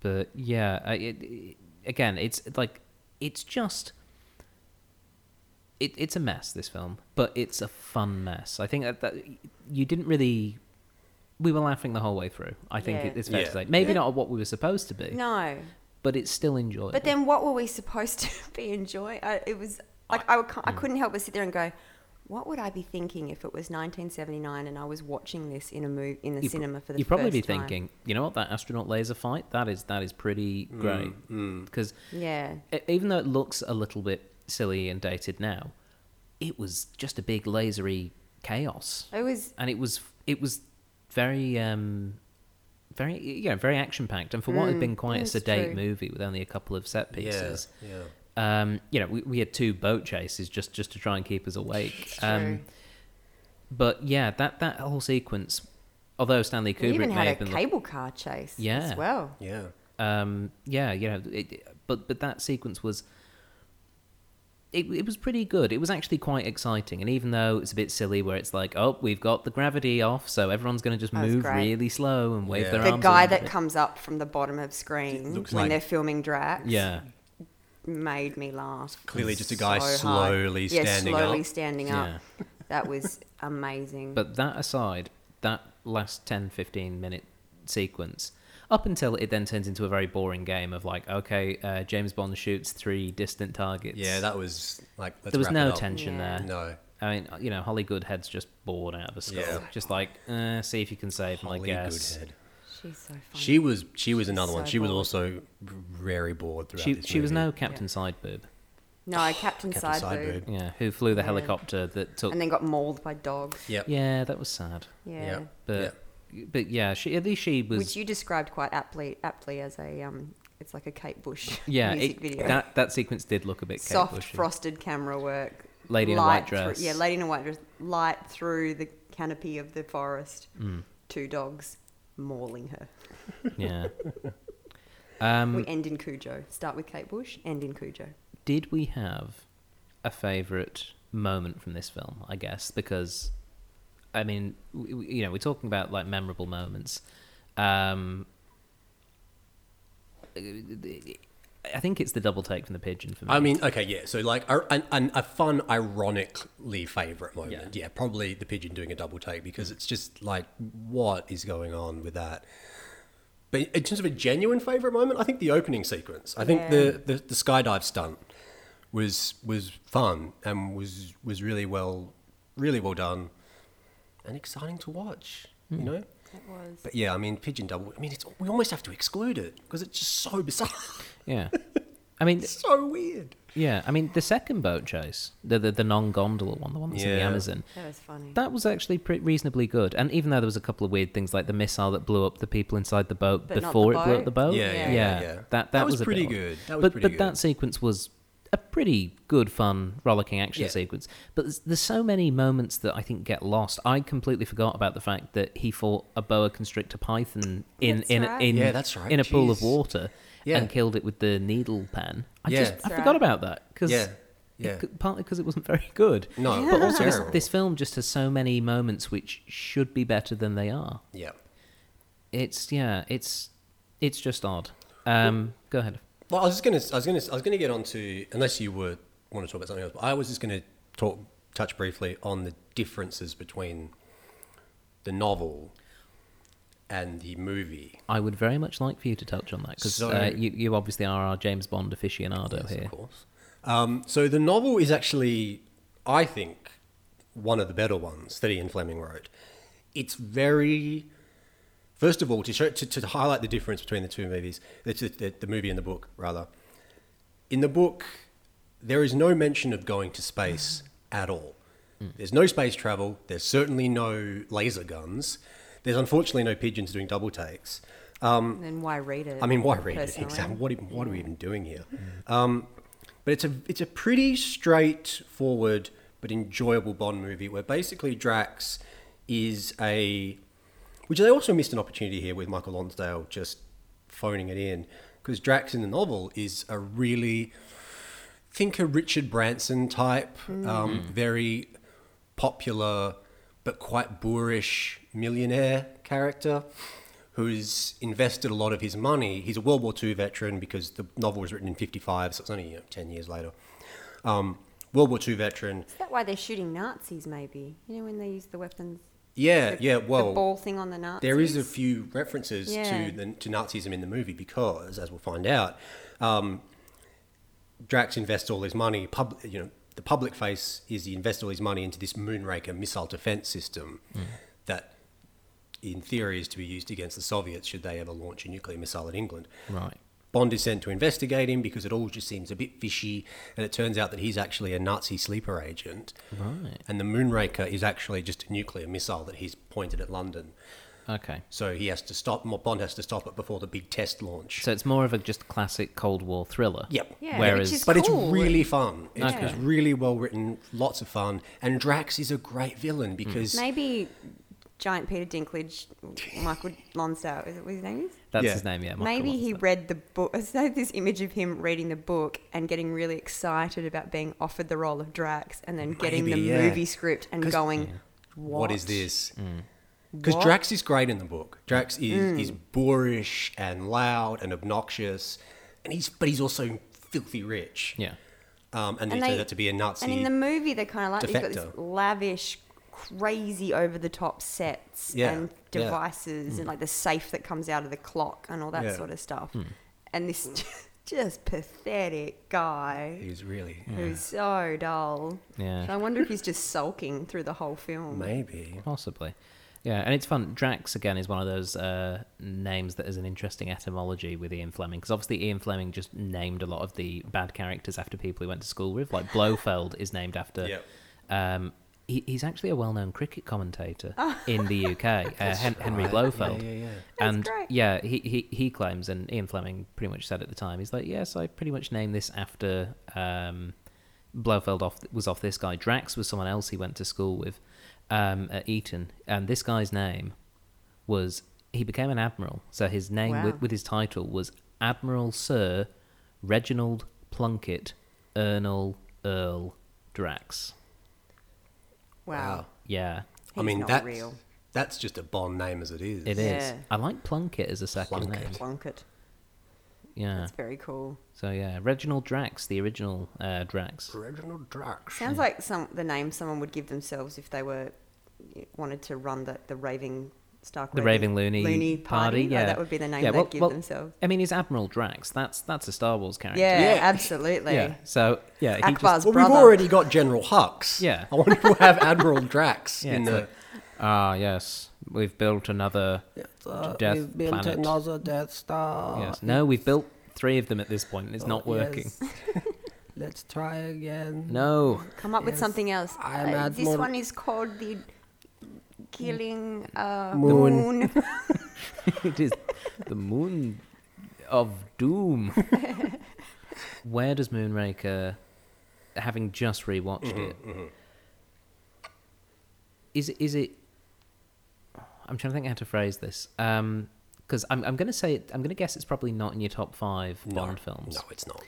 A: But yeah, I- it, it- again, it's like it's just it, it's a mess. This film, but it's a fun mess. I think that, that you didn't really. We were laughing the whole way through. I think
B: Yeah.
A: it it's fair
C: Yeah.
A: to say. Maybe not what we were supposed to be,
B: No.
A: but it's still enjoyable.
B: But then what were we supposed to be enjoying? I, it was like I, ca- I
A: Hmm.
B: couldn't help but sit there and go, what would I be thinking if it was 1979 and I was watching this in a movie in the
A: You pr-
B: cinema for the
A: You'd probably be
B: first time?
A: thinking, you know what, that astronaut laser fight that is that is pretty great because
B: Yeah.
A: E, even though it looks a little bit silly and dated now, it was just a big lasery chaos,
B: It was
A: and it was it was very um, very yeah very action packed, and for what had been quite a
B: Mm, that's
A: sedate
B: true.
A: movie with only a couple of set
C: Yeah,
A: pieces.
C: yeah.
A: Um, you know, we, we had two boat chases just just to try and keep us awake. Um,
B: true.
A: but yeah, that that whole sequence, although Stanley Kubrick
B: We even
A: may
B: had a
A: have been the-
B: cable car chase
A: Yeah.
B: as well.
C: Yeah.
A: um, yeah, you know, it, but but that sequence was it, it was pretty good. It was actually quite exciting, and even though it's a bit silly, where it's like, oh, we've got the gravity off, so everyone's going to just
B: That was
A: move
B: great.
A: really slow and wave
C: Yeah.
A: their
B: The
A: arms.
B: guy
A: around
B: that
A: it.
B: comes up from the bottom of screen
C: Looks
B: when
C: like-
B: they're filming Drax
A: yeah,
B: made me laugh.
C: Clearly just a guy
B: hard.
C: slowly standing
B: yeah, slowly
C: up.
B: standing
A: yeah.
B: up. That was amazing.
A: But that aside, that last 10, 15 minute sequence, up until it then turns into a very boring game of like, okay, uh, James Bond shoots three distant targets.
C: Yeah, that was like let's
A: there was
C: wrap
A: no
C: it up.
A: tension
B: Yeah.
A: there.
C: No.
A: I mean, you know, Holly Goodhead's just bored out of a skull.
C: Yeah.
A: Just like, uh, see if you can save my
C: Holly
A: guess.
C: Goodhead.
B: she's so funny.
C: She was she was another one.
B: So
C: She was
B: bored.
C: also very bored throughout
A: She,
C: this
A: she was
C: movie.
A: no Captain Sideboob.
B: no, Captain,
C: Captain
B: Sideboob.
C: Sideboob.
A: Yeah, who flew the
B: Yeah.
A: helicopter that took.
B: And then got mauled by dogs.
C: Yep.
A: yeah, that was sad.
B: Yeah.
C: Yep.
A: But but yeah, she at least she was.
B: Which you described quite aptly aptly as a um it's like a Kate Bush
A: yeah,
B: music
A: it-
B: video.
A: that that sequence did look a bit Kate
B: Soft
A: Bushy.
B: frosted camera work.
A: Lady in a white
B: light through-
A: dress.
B: yeah, lady in a white dress. Light through the canopy of the forest.
A: Mm.
B: Two dogs mauling her.
A: Yeah.
C: Mm.
A: Um,
B: we end in Cujo. Start with Kate Bush, end in Cujo.
A: did we have a favorite moment from this film i guess because i mean w- w- you know we're talking about like memorable moments um i think it's the double take from the pigeon for me
C: I mean, okay, yeah. So like a, an, an, a fun, ironically favorite moment. Yeah. probably the pigeon doing a double take because it's just like, what is going on with that? But in terms of a genuine favorite moment, I think the opening sequence. I think the, the, the skydive stunt was was fun and was was really well really well done and exciting to watch. You know.
B: It was.
C: But yeah, I mean, pigeon double. I mean, it's we almost have to exclude it because it's just so bizarre,
A: yeah i mean
C: so weird.
A: yeah i mean the second boat chase the the, the non-gondola one the one that's in the
C: Yeah.
A: amazon
B: That was funny.
A: that was actually pretty reasonably good and even though there was a couple of weird things like the missile that blew up the people inside the boat
B: But not the
A: before it blew up
B: boat.
A: the boat
C: Yeah, yeah,
A: yeah,
C: yeah, yeah.
A: That, that
C: That was
A: was, a bit
C: pretty
A: odd.
C: good. That was
A: but
C: pretty
A: but that
C: good.
A: sequence was a pretty good, fun, rollicking action
C: Yeah.
A: sequence. But there's, there's so many moments that I think get lost. I completely forgot about the fact that he fought a boa constrictor python in
B: That's
A: in
B: right.
A: in,
C: Yeah, that's right.
A: in a pool of
C: Jeez.
A: water
C: Yeah.
A: and killed it with the needle pen. I
C: Yeah.
A: just I
B: That's
A: forgot
B: right.
A: about that because
C: Yeah, yeah.
A: partly because it wasn't very good.
C: No,
A: but also this,
C: terrible.
A: this film just has so many moments which should be better than they are.
C: Yeah.
A: It's yeah, it's it's just odd. Um, go ahead.
C: Well, I was just gonna, I was gonna, I was gonna get on to unless you were want to talk about something else. But I was just gonna talk, touch briefly on the differences between the novel and the movie.
A: I would very much like for you to touch on that because
C: So-
A: uh, you, you obviously are our James Bond aficionado
C: Yes,
A: here.
C: of course. Um, so the novel is actually, I think, one of the better ones that Ian Fleming wrote. It's very, first of all, to show to, to highlight the difference between the two movies, the, the, the movie and the book rather. In the book, there is no mention of going to space at all. There's no space travel. There's certainly no laser guns. There's unfortunately no pigeons doing double takes.
B: And then why read it?
C: I mean, why read it?
B: personally?
C: Exactly. What, even- what are we even doing here? Um, but it's a it's a pretty straightforward but enjoyable Bond movie where basically Drax is a, which they also missed an opportunity here with Michael Lonsdale just phoning it in because Drax in the novel is a really think a Richard Branson type, um, very popular but quite boorish millionaire character who's invested a lot of his money. He's a World War II veteran because the novel was written in 55, so it's only you know, 10 years later. Um, World War II veteran.
B: Is that why they're shooting Nazis, maybe? You know, when they use the weapons?
C: Yeah,
B: the,
C: yeah, well.
B: The ball thing on the Nazis?
C: There is a few references
B: Yeah.
C: to the, to Nazism in the movie because, as we'll find out, um, Drax invests all his money. Pub, you know, the public face is he invests all his money into this Moonraker missile defense system that, in theory, is to be used against the Soviets should they ever launch a nuclear missile at England.
A: Right.
C: Bond is sent to investigate him because it all just seems a bit fishy, and it turns out that he's actually a Nazi sleeper agent.
A: Right.
C: And the Moonraker is actually just a nuclear missile that he's pointed at London.
A: Okay.
C: So he has to stop, Bond has to stop it before the big test launch.
A: So it's more of a just classic Cold War thriller.
C: Yep.
B: Yeah,
A: Whereas-
B: which is
C: But it's
B: cool.
C: really fun. It's,
A: Okay.
C: it's really well written, lots of fun. And Drax is a great
A: Mm.
C: villain because
B: Maybe giant Peter Dinklage, Michael Lonsdale, is it what his name is?
A: That's
C: Yeah.
A: his name, yeah. Michael
B: Maybe he
A: Lonsdale.
B: read the book. I saw this image of him reading the book and getting really excited about being offered the role of Drax and then getting the
C: Maybe, yeah.
B: movie script and
C: 'Cause-
B: going, what?
C: what is this?
A: Mm.
C: Because
B: What? Mm.
C: Drax is great in the book. Drax is, is boorish and loud and obnoxious, and he's but he's also filthy rich.
A: Yeah.
C: Um,
B: And
C: and, they
B: they-
C: turned out to be a Nazi.
B: And in the movie, they're kind of like, they've got this
C: defector.
B: lavish, crazy, over the top sets
C: Yeah,
B: and
C: yeah.
B: devices and like the safe that comes out of the clock and all that
C: Yeah. Hmm.
B: sort of stuff. And this just pathetic guy
C: He's really
A: Mm.
B: who's so dull.
A: Yeah.
B: So I wonder if he's just sulking through the whole film.
C: maybe.
A: Possibly. Yeah, and it's fun. Drax, again, is one of those uh, names that is an interesting etymology with Ian Fleming, because obviously Ian Fleming just named a lot of the bad characters after people he went to school with. Like Blofeld is named after.
C: Yep.
A: Um, he, he's actually a well known cricket commentator in the UK, uh, Hen- Henry
C: right.
A: Blofeld.
C: Yeah, yeah, yeah.
B: That's
A: and
B: great.
A: yeah, he, he, he claims, and Ian Fleming pretty much said at the time, he's like, yes, I pretty much named this after um, Blofeld off, was off this guy. Drax was someone else he went to school with um, at Eton, and this guy's name was he became an admiral, so his name
B: Wow.
A: with, with his title was Admiral Sir Reginald Plunkett Ernal Earl Drax.
B: Wow.
A: Yeah,
C: I
B: He's
C: mean,
B: not
C: that's,
B: real.
C: that's just a Bond name as it is.
A: it is.
B: Yeah.
A: I like Plunkett as a second
C: Plunkett.
A: name.
B: Plunkett.
A: Yeah.
B: That's very cool.
A: So yeah, Reginald Drax, the original uh, Drax.
C: Reginald Drax.
B: Sounds like some the name someone would give themselves if they were wanted to run the, the raving Stark.
A: The Raving Loony,
B: Loony party. Like,
A: yeah,
B: that would be the name
A: Yeah,
B: they'd
A: well-
B: give
A: well,
B: themselves.
A: I mean, he's Admiral Drax. That's that's a Star Wars character.
B: Yeah,
C: Yeah.
B: absolutely.
A: yeah. So yeah, he just-
B: Akbar's
C: Well,
B: brother.
C: we've already got General Hux.
A: Yeah.
C: I want to have Admiral Drax
A: Yeah,
C: in
A: it's
C: the.
A: like- ah yes, we've built another
D: uh,
B: uh,
A: death planet.
D: Death Star.
A: yes. No, we've built three of them at this point. and
B: Oh,
A: It's not working.
D: Let's try again.
A: No.
B: Come up with something else.
D: I'm
B: Uh, this
D: Admiral-
B: one is called the Killing uh,
D: Moon.
B: Moon.
A: it is the moon of doom. Where does Moonraker, having just rewatched
C: Mm-hmm,
A: it, is it, is it? I'm trying to think how to phrase this. Because I'm I'm going to say it, I'm going to guess it's probably not in your top five
C: No,
A: Bond films.
C: No, it's not.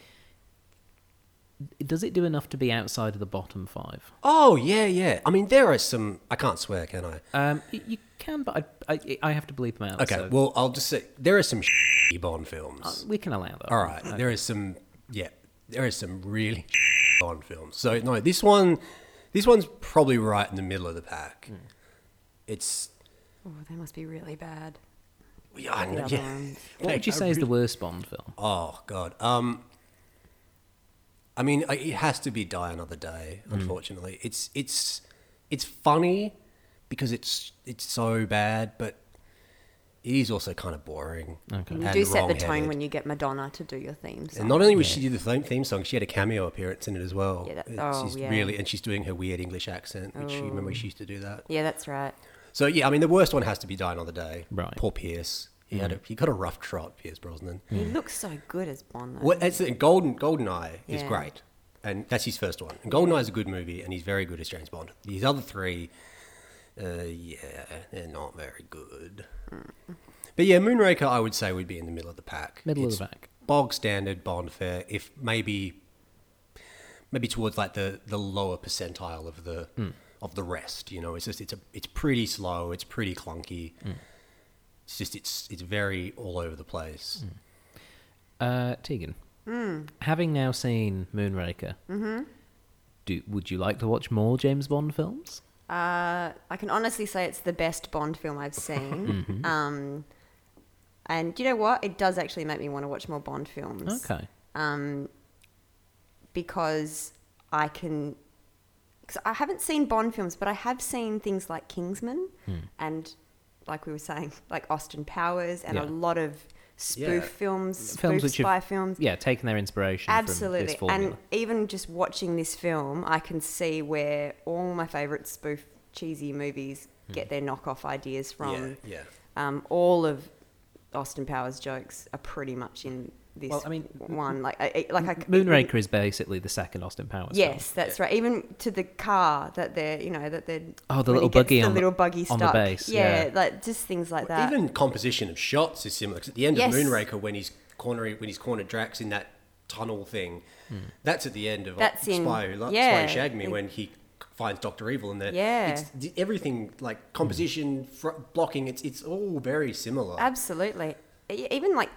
A: Does it do enough to be outside of the bottom five?
C: Oh yeah, yeah. I mean, there are some. I can't swear, can I?
A: Um, y- you can, but I, I, I have to bleep them out.
C: Okay.
A: so
C: Well, I'll just say there are some Bond films.
A: we can allow that.
C: All right. There is some. Yeah. There is some really Bond films. So no, this one, this one's probably right in the middle of the pack.
A: Hmm.
C: It's.
B: oh, they must be really bad.
C: Yeah. I know,
B: other
C: yeah.
B: ones.
A: What would you
C: I
A: say is the
C: really-
A: worst Bond film?
C: Oh God. Um. I mean, I- it has to be Die Another Day. Unfortunately, it's it's it's funny because it's it's so bad, but it is also kind of boring. Okay.
B: You do set the tone when you get Madonna to do your theme song.
C: And not only was she did the theme, theme song, she had a cameo appearance in it as well.
B: Yeah, that-
C: It's-
B: oh,
C: she's
B: yeah. Oh.
C: really, and she's doing her weird English accent, which you remember she used to do that.
B: yeah, that's right.
C: So yeah, I mean, the worst one has to be Die Another Day.
A: Right.
C: Poor Pierce. He had a, he got a rough trot, Pierce Brosnan.
B: He looks so good as Bond, though.
C: Hmm. Well, that's the Golden Goldeneye is
B: Yeah.
C: great, and that's his first one. And Goldeneye is a good movie, and he's very good as James Bond. His other three, uh, yeah, they're not very good. But yeah, Moonraker, I would say would be in the middle of the pack.
A: Middle of
C: It's
A: the pack.
C: bog standard Bond fare. If maybe, maybe towards like the the lower percentile of the
A: Hmm.
C: of the rest. You know, it's just it's a it's pretty slow. It's pretty clunky.
A: Hmm.
C: It's just it's it's very all over the place.
A: Hmm. Uh, Tegan,
B: Hmm.
A: having now seen Moonraker,
B: Mm-hmm.
A: do would you like to watch more James Bond films?
B: Uh, I can honestly say it's the best Bond film I've seen.
A: Mm-hmm.
B: um, and you know what? It does actually make me want to watch more Bond films.
A: Okay,
B: Um, because I can. Cause I haven't seen Bond films, but I have seen things
A: Hmm.
B: like Kingsman and, like we were saying, like Austin Powers and
A: Yeah.
B: a lot of spoof
C: Yeah.
B: films, spoof
A: films which have-
B: spy films.
A: Yeah, taking their inspiration from
B: Absolutely.
A: this formula.
B: And even just watching this film, I can see where all my favourite spoof cheesy movies
A: Hmm.
B: get their knockoff ideas from.
C: Yeah, yeah.
B: Um, all of Austin Powers' jokes are pretty much in this
A: Well, I mean,
B: one. Like, I, I- like I,
A: Moonraker is basically the second Austin Powers. film.
B: Yes, that's right. Even to the car that they're, you know, that they're.
A: Oh, the
B: when he
A: little
B: gets
A: buggy
B: the
A: on the-
B: little buggy
A: on
B: stuck.
A: the base,
B: Yeah,
A: yeah.
B: like just things like that.
C: Even composition of shots is similar. 'cause at the end
B: Yes.
C: of Moonraker, when he's cornering, when he's cornered Drax in that tunnel thing, that's at the end of
B: That's
C: Spy
B: in-
C: Who Lo-
B: yeah,
C: Spy Who Shagged Me
B: it-
C: when he finds Doctor Evil in there.
B: Yeah.
C: it's, the- everything like composition, fr- blocking. It's it's all very similar.
B: Absolutely. E- Even like,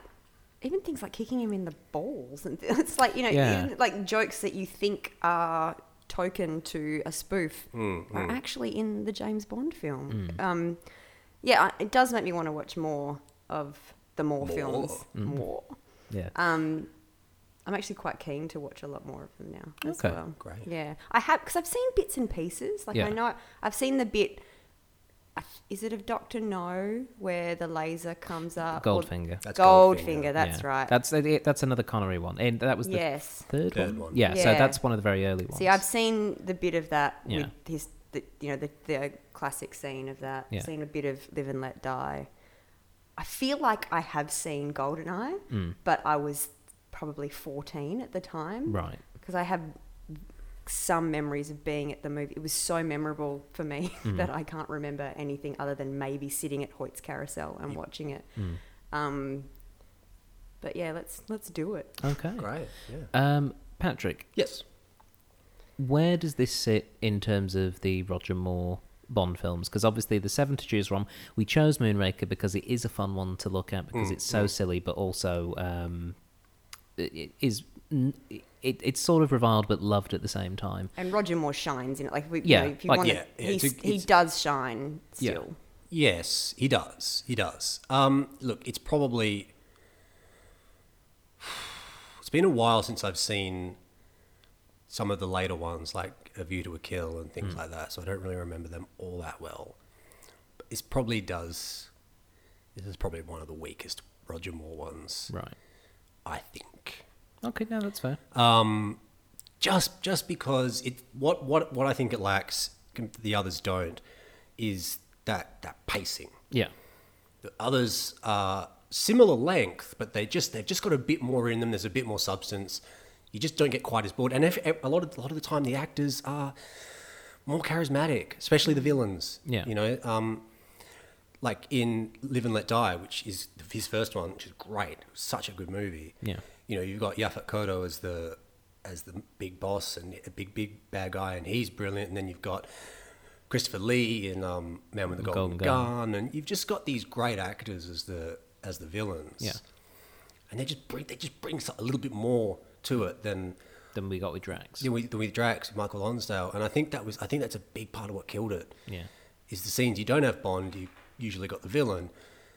B: even things like kicking him in the balls, and it's like you know,
A: Yeah.
B: even like jokes that you think are token to a spoof are actually in the James Bond film. Um, yeah, I- it does make me want to watch more of the more, films. More.
A: Yeah.
B: Um, I'm actually quite keen to watch a lot more of them now as
A: Okay,
B: well.
C: great.
B: Yeah, I have because I've seen bits and pieces. Like
A: Yeah.
B: I know I've seen the bit. I th- Is it of Doctor No where the laser comes up? or-
A: Goldfinger.
C: That's
B: Goldfinger.
C: Goldfinger.
B: That's
A: Yeah.
B: right.
A: That's that's another Connery one, and that was the
B: yes.
A: third,
C: Third
A: one.
C: one.
A: Yeah, so
B: Yeah.
A: that's one of the very early ones.
B: See, I've seen the bit of that
A: Yeah.
B: with his, the, you know, the, the classic scene of that.
A: Yeah.
B: Seen a bit of Live and Let Die. I feel like I have seen Goldeneye,
A: Mm.
B: but I was probably 14 at the time.
A: right.
B: because I have some memories of being at the movie. It was so memorable for me
A: Mm-hmm.
B: that I can't remember anything other than maybe sitting at Hoyt's Carousel and watching it.
A: Mm.
B: Um, but yeah, let's let's do it.
A: Okay.
C: Great. Yeah.
A: Um, Patrick,
C: Yes.
A: where does this sit in terms of the Roger Moore Bond films? Because obviously the seven to choose from, we chose Moonraker because it is a fun one to look at
B: Mm,
A: because it's so silly, but also um, it, it is n- it, it's sort of reviled but loved at the same time.
B: And Roger Moore shines in it. Like, we, you
A: Yeah,
B: know, if you
A: like-
B: want,
C: Yeah, yeah,
B: he
C: it's a-
B: he
C: it's-
B: does shine still.
C: Yes, he does. He does. Um, look, it's probably. It's been a while since I've seen some of the later ones, like A View to a Kill and things like that, so I don't really remember them all that well. But it probably does. This is probably one of the weakest Roger Moore ones,
A: Right.
C: I think Um,
A: Okay, no, that's fair.
B: Uh,
C: just just because it what what what I think it lacks com- the others don't is that that pacing.
A: yeah.
C: The others are similar length, but they just they've just got a bit more in them. There's a bit more substance. You just don't get quite as bored. And if, a lot of a lot of the time the actors are more charismatic, especially the villains.
A: Yeah.
C: you know, um, like in Live and Let Die, which is his first one, which is great. It was such a good movie.
A: Yeah.
C: you know, you've got Yaphet Kotto as the as the big boss and a big big bad guy, and he's brilliant. And then you've got Christopher Lee in um, Man with the Golden,
A: Golden
C: Gun.
A: Gun.
C: and you've just got these great actors as the as the villains.
A: Yeah.
C: and they just bring they just bring some- a little bit more to it than
A: Then we got with Drax.
C: than with, than with Drax, with Michael Lonsdale, and I think that was I think that's a big part of what killed it.
A: Yeah.
C: is the scenes you don't have Bond, you usually got the villain,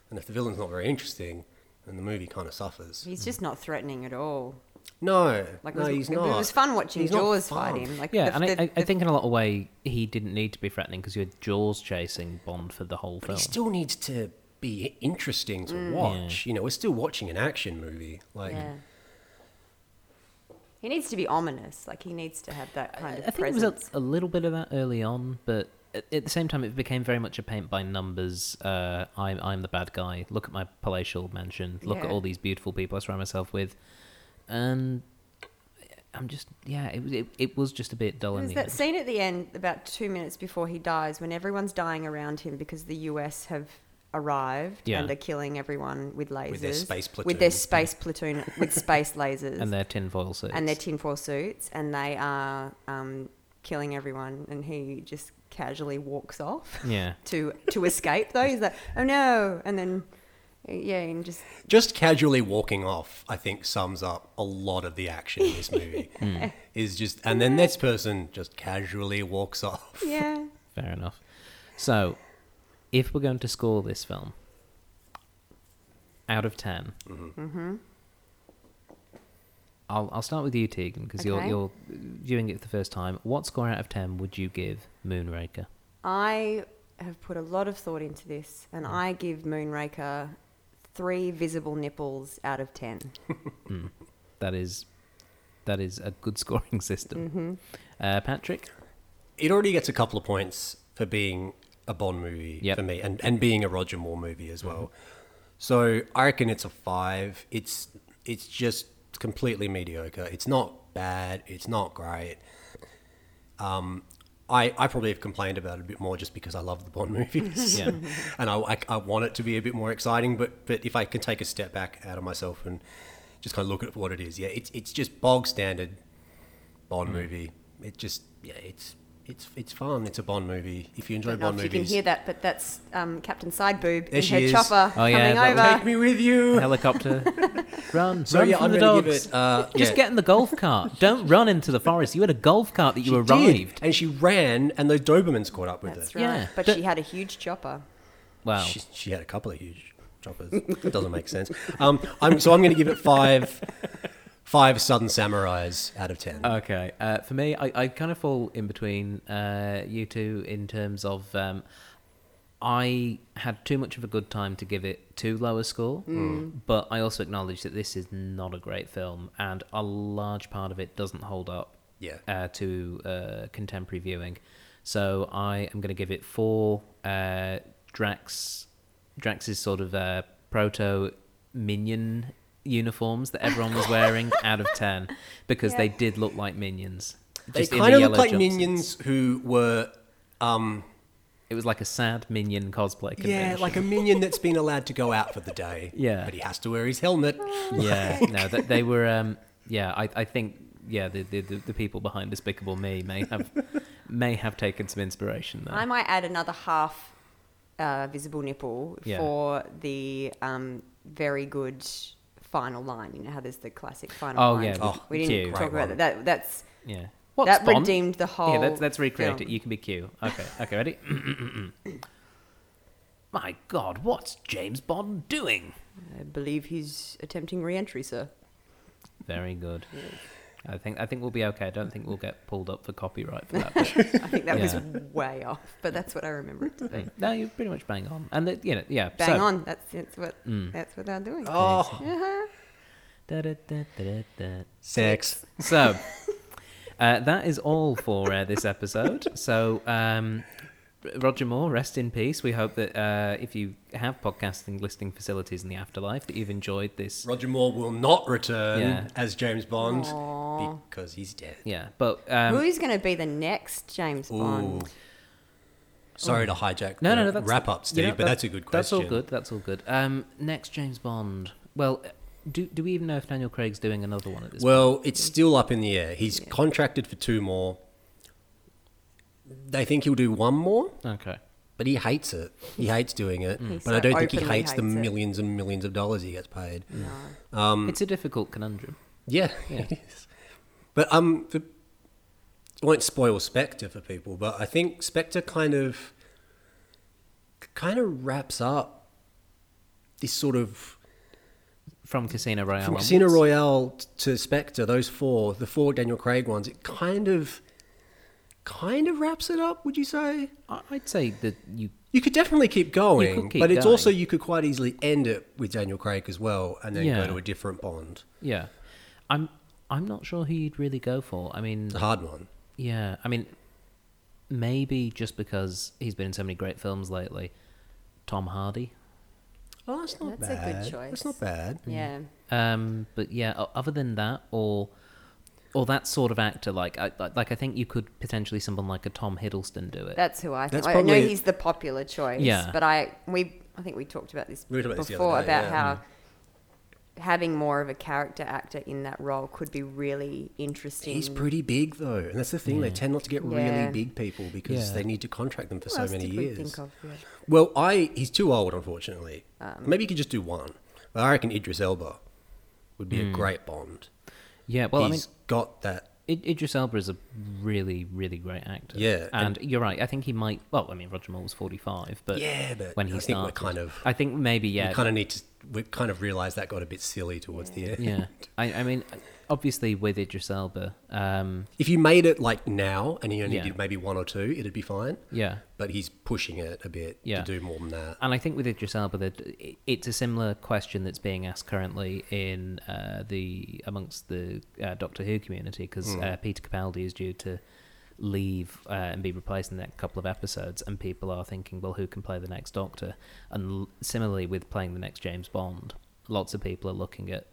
C: and if the villain's not very interesting, then the movie kind of suffers.
A: Mm.
B: He's just not threatening at all.
C: No,
B: Like, it
C: no,
B: was-
C: he's
B: it
C: not.
B: was fun watching
C: He's not
B: Jaws
C: fun.
B: fight him. Like,
A: Yeah,
B: the-
A: and
B: the-
A: I, I, I
B: the-
A: think in a lot of way he didn't need to be threatening because you had Jaws chasing Bond for the whole
C: But
A: film.
C: he still needs to be interesting to watch. You know, we're still watching an action movie. Like,
B: Mm. yeah. He needs to be ominous. Like he needs to have that kind of
A: I think
B: presence.
A: there was a, a little bit of that early on, but at, at the same time, it became very much a paint by numbers. Uh, I'm I'm the bad guy. Look at my palatial mansion. Look at
B: Yeah.
A: all these beautiful people I surround myself with, and I'm just yeah. It was it, it was just a bit dull in
B: There's
A: the
B: that
A: end.
B: scene at the end, about two minutes before he dies, when everyone's dying around him because the US have arrived
A: Yeah.
B: and they're killing everyone with lasers.
C: With their space
B: With their
C: platoons.
B: space platoon, with space lasers.
A: And their tinfoil suits.
B: and their tinfoil suits, and they are um, killing everyone, and he just casually walks off
A: yeah.
B: to to escape, though. He's like, oh no! And then, yeah, and just
C: just casually walking off, I think, sums up a lot of the action in this movie. Is just, and then this person just casually walks off.
B: Yeah.
A: Fair enough. So, if we're going to score this film out of 10 mm-hmm. I'll I'll start with you, Tegan, because you're
B: Okay.
A: you're viewing it for the first time. What score out of ten would you give Moonraker? Mm.
B: I have put a lot of thought into this, and I give Moonraker three visible nipples out of ten.
A: That is that is a good scoring system. Uh, Patrick,
C: It already gets a couple of points for being a Bond movie
A: Yep.
C: for me and, and being a Roger Moore movie as well. So I reckon it's a five. It's it's just completely mediocre. It's not bad. It's not great. Um, I, I probably have complained about it a bit more just because I love the Bond movies.
A: Yeah.
C: and I, I, I want it to be a bit more exciting, but, but if I can take a step back out of myself and just kind of look at what it is, yeah, it's, it's just bog standard
A: Mm.
C: Bond movie. It just, yeah, it's, it's, it's fun. It's a Bond movie. If you enjoy
B: Don't know
C: Bond
B: if you
C: movies,
B: can hear that, but that's um, Captain Sideboob
C: There
B: in
C: she
B: her
C: is.
B: chopper
A: Oh, yeah, that
B: coming
A: was-
B: over.
C: take me with you.
A: helicopter, run,
C: So
A: run
C: yeah,
A: from
C: I'm
A: the
C: gonna
A: dogs.
C: give it. Uh,
A: Just
C: yeah.
A: get in the golf cart. Don't run into the forest. You had a golf cart that you
C: She did,
A: arrived.
C: and she ran, and those Dobermans caught up with her.
B: That's right.
A: Yeah.
B: But
A: Don't-
B: she had a huge chopper.
A: Wow.
C: She, she had a couple of huge choppers. It doesn't make sense. Um, I'm, so I'm going to give it five, five Southern Samurais out of ten.
A: Okay. Uh, for me, I, I kind of fall in between uh, you two in terms of um, I had too much of a good time to give it too low a score, but I also acknowledge that this is not a great film, and a large part of it doesn't hold up
C: Yeah.
A: uh, to uh, contemporary viewing. So I am going to give it four uh, Drax. Drax's sort of uh, proto minion uniforms that everyone was wearing out of ten because they did look like minions.
C: they
A: Just in
C: kind
A: the
C: of look
A: yellow
C: like
A: jumpsuits.
C: minions who were, um,
A: It was like a sad minion cosplay
C: yeah,
A: convention.
C: like a minion that's been allowed to go out for the day.
A: Yeah.
C: but he has to wear his helmet.
A: yeah, no, that they were. Um, yeah, I, I think yeah, the, the the the people behind Despicable Me may have may have taken some inspiration there.
B: I might add another half uh, visible nipple
A: Yeah.
B: for the um, very good final line. You know how there's the classic final
A: Oh,
B: line.
A: yeah,
C: Oh,
B: we didn't
A: cute.
B: talk
C: Great
B: about
C: one.
B: that. that. That's
A: yeah, What's
B: that
A: Bond?
B: redeemed the whole.
A: Yeah, let's, let's recreate it.
B: film.
A: You can be Q. Okay, okay, ready? My God, what's James Bond doing?
B: I believe he's attempting re-entry, sir.
A: Very good. I think I think we'll be okay. I don't think we'll get pulled up for copyright for that. but-
B: I think that
A: Yeah.
B: was way off, but that's what I remember it to be.
A: no, you're pretty much bang on. And the, you know, yeah,
B: Bang
A: so- Mm.
B: on. That's, that's what that's what they're doing.
C: Oh,
A: Da, da, da, da, da.
C: sex.
A: mm. So, uh, that is all for uh, this episode. So, um, Roger Moore, rest in peace. We hope that uh, if you have podcasting listening facilities in the afterlife, that you've enjoyed this
C: Roger Moore will not return
A: Yeah.
C: as James Bond
B: Aw.
C: because he's dead.
A: Yeah, but um,
B: Who's going to be the next James Bond?
C: Ooh. Sorry to hijack
A: no,
C: the
A: no, no. That's,
C: wrap up,
A: you
C: Steve,
A: know,
C: but that's a good question.
A: That's all good. That's all good. Um, next James Bond. Well, do do we even know if Daniel Craig's doing another one at this?
C: Well, it's
B: Mm.
C: still up in the air. He's contracted for two more. They think he'll do one more,
A: point? Okay.
C: but he hates it. He hates doing it.
B: Mm. He
C: But I
B: so
C: don't think he
B: openly
C: hates the
B: hates it.
C: millions and millions of dollars he gets paid. mm. Um,
A: it's a difficult conundrum.
C: Yeah, it is. But um, the, I won't spoil Spectre for people, but I think Spectre kind of kind of wraps up this sort of
A: From Casino Royale.
C: from
A: onwards.
C: Casino Royale t- to Spectre, those four, the four Daniel Craig ones, it kind of kind of wraps it up. Would you say?
A: I- I'd say that you.
C: You could definitely keep going,
A: keep
C: but it's
A: going.
C: also you could quite easily end it with Daniel Craig as well, and then
A: Yeah.
C: go to a different Bond.
A: Yeah, I'm. I'm not sure who you'd really go for. I mean,
C: It's a hard one.
A: yeah. I mean, maybe just because he's been in so many great films lately, Tom Hardy.
C: Oh, that's not
B: That's a
C: bad.
B: good choice.
C: That's not bad.
B: Yeah.
A: Um, but yeah, o- other than that, or or that sort of actor, like I I- like I think you could potentially someone like a Tom Hiddleston do it.
B: That's who I think.
C: That's
B: I know
C: probably-
B: he's the popular choice.
A: Yeah.
B: But I we I think we talked about this
C: We talked about this the other
B: before
C: day,
B: about
C: yeah. Mm.
B: how having more of a character actor in that role could be really interesting.
C: He's pretty big though, and that's the thing. They tend not to get
B: Yeah.
C: really big people because
A: Yeah.
C: they need to contract them for
B: Who
C: so
B: else
C: many
B: did we
C: years.
B: think of? Yeah.
C: Well, I he's too old, unfortunately. Maybe you could just do one. But I reckon Idris Elba would be a great Bond.
A: yeah,
C: He's
A: Hmm. well, I mean,
C: got that.
A: Id- Idris Elba is a really, really great actor.
C: Yeah,
A: and, you're right. I think he might. Well, I mean, Roger Moore was 45, but
C: Yeah, but
A: when
C: I
A: he
C: think we're
A: started,
C: kind of-
A: I think maybe
C: You
A: yeah,
C: kind of need to we kind of realized that got a bit silly towards the end.
A: Yeah. I, I mean, obviously with Idris Elba, um,
C: If you made it like now and he only
A: Yeah.
C: did maybe one or two, it'd be fine.
A: yeah.
C: But he's pushing it a bit
A: Yeah.
C: to do more than that.
A: And I think with Idris Elba, that it- it's a similar question that's being asked currently in uh, the amongst the uh, Doctor Who community because uh, Peter Capaldi is due to leave uh, and be replaced in the next couple of episodes, and people are thinking, well, who can play the next Doctor? And l- similarly with playing the next James Bond, lots of people are looking at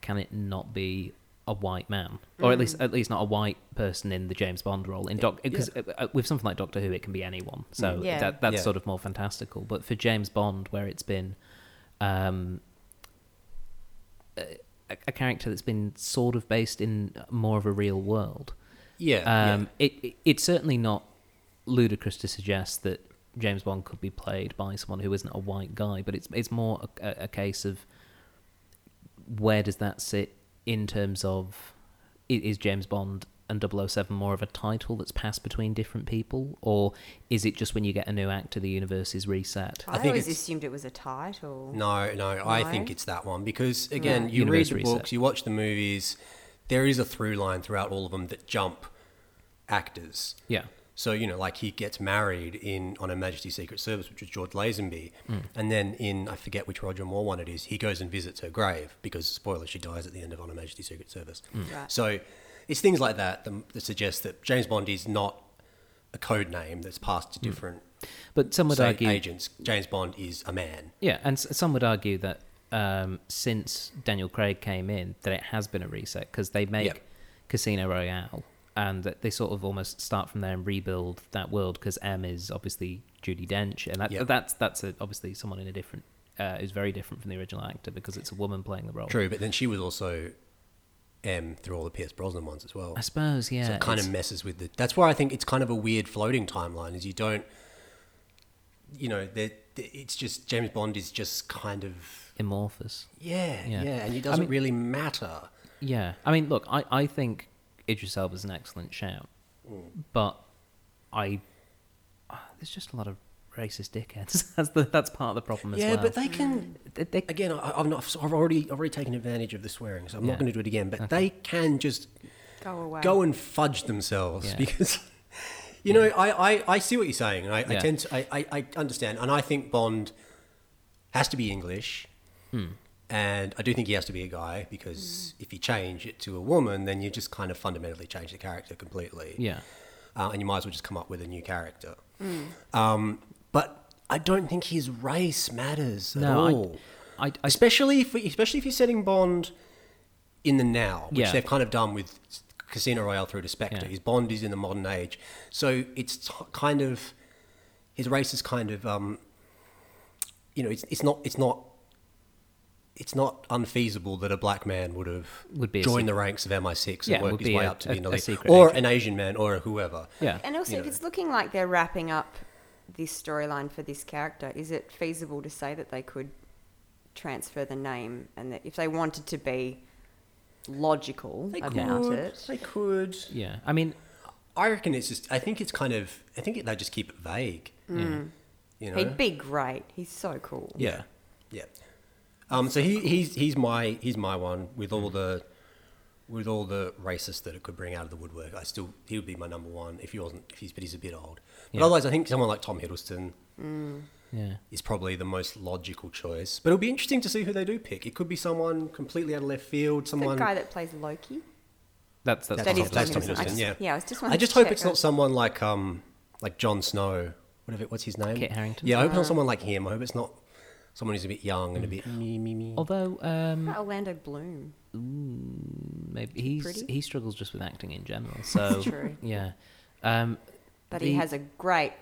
A: can it not be a white man, or at least at least not a white person in the James Bond role? In Doc, because with something like Doctor Who, it can be anyone. So
B: Mm. Yeah.
A: that, that's
C: Yeah.
A: sort of more fantastical. But for James Bond, where it's been um, a, a character that's been sort of based in more of a real world,
C: Yeah.
A: um, It, it it's certainly not ludicrous to suggest that James Bond could be played by someone who isn't a white guy, but it's it's more a, a- a case of where does that sit in terms of i- is James Bond and 007 more of a title that's passed between different people, or is it just when you get a new actor the universe is reset?
B: I,
C: think
B: always
C: it's-
B: assumed it was a title.
C: No, no, I think
B: No?
C: it's that one because again, you
A: Universe
C: read the
A: reset.
C: books, you watch the movies. There is a through line throughout all of them that jump actors.
A: Yeah,
C: So you know, like he gets married in on Her Majesty's Secret Service, which was George Lazenby, and then in I forget which Roger Moore one it is, he goes and visits her grave because spoiler, she dies at the end of On Her Majesty's Secret Service.
B: Right.
C: So it's things like that that, that suggest that James Bond is not a code name that's passed to different
A: but some would
C: say,
A: argue
C: agents. James Bond is a man.
A: Yeah, and s- some would argue that um, since Daniel Craig came in, that it has been a reset because they make
C: Yep.
A: Casino Royale, and that they sort of almost start from there and rebuild that world because M is obviously Judy Dench, and that,
C: Yep.
A: that's that's a, obviously someone in a different uh, who's very different from the original actor because it's a woman playing the role.
C: True, but then she was also M through all the Pierce Brosnan ones as well.
A: I suppose. Yeah,
C: so it kind
A: it's-
C: of messes with the. That's why I think it's kind of a weird floating timeline. Is you don't, you know, that it's just James Bond is just kind of
A: amorphous.
C: yeah,
A: Yeah.
C: yeah, and it doesn't
A: mean-
C: really matter.
A: Yeah, I mean, look, I, I think Idris Elba's an excellent shout,
C: Mm.
A: but I ah, there's just a lot of racist dickheads. that's the that's part of the problem as
C: Yeah,
A: well.
C: but they can.
A: they, they,
C: Again, I, I'm not. I've already, I've already taken advantage of the swearing, so I'm
A: Yeah.
C: not going to do it again. But they can just
B: Go away.
C: Mm. go and fudge themselves
A: Yeah.
C: because you know I, I, I see what you're saying and I, I
A: Yeah.
C: tend to I, I, I understand and I think Bond has to be English
A: Hmm.
C: and I do think he has to be a guy because if you change it to a woman then you just kind of fundamentally change the character completely
A: yeah, Hmm.
C: uh, and you might as well just come up with a new character um, but I don't think his race matters at all
A: no, I, I, I
C: especially if especially if you're setting Bond in the now, which
A: Yeah.
C: they've kind of done with Casino Royale through to Spectre.
A: Yeah.
C: His Bond is in the modern age, so it's t- kind of his race is kind of um, you know it's it's not it's not. It's not unfeasible that a black man would have
A: Would be a
C: joined
A: sec-
C: the ranks of MI6
A: Yeah,
C: and
A: would
C: worked his
A: be
C: way
A: a-
C: up to
A: a-
C: being the
A: a
C: lead,
A: secret
C: or
A: agent.
C: an Asian man, or whoever.
A: yeah,
B: And also,
C: you
B: if
C: know.
B: it's looking like they're wrapping up this storyline for this character, is it feasible to say that they could transfer the name and that if they wanted to be logical
C: They
B: about
C: could,
B: it?
C: They could.
A: yeah. I mean,
C: I reckon it's just. I think it's kind of. I think they just keep it vague. You know,
B: Mm. He'd be great. He's so cool.
C: Yeah, yeah. Um, so he, he's he's my he's my one with all the with all the racists that it could bring out of the woodwork. I still he would be my number one if he wasn't if he's but he's a bit old. But
A: Yeah.
C: otherwise, I think someone like Tom Hiddleston
A: yeah,
C: is probably the most logical choice. But it'll be interesting to see who they do pick. It could be someone completely out of left field.
B: The
C: Someone
B: guy that plays Loki.
A: that's that's, what
B: That is
A: I was-
C: that's
B: Tom
C: Tom Hiddleston,
B: Hiddleston. I just-
C: yeah.
B: yeah, I was just
C: I
B: wanted
C: just
B: to
C: hope
B: check
C: it's not
B: that.
C: someone like um like Jon Snow. Whatever what's his name?
A: Kit Harington?
C: Yeah, I hope it's not someone like him. I hope it's not someone who's a bit young and a
A: Mm.
C: bit me me me.
A: Although um,
B: What about Orlando Bloom.
A: maybe he's
B: Pretty?
A: he struggles just with acting in general.
C: Oh.
A: So
B: true.
A: yeah, um,
B: But he
A: The-
B: has a great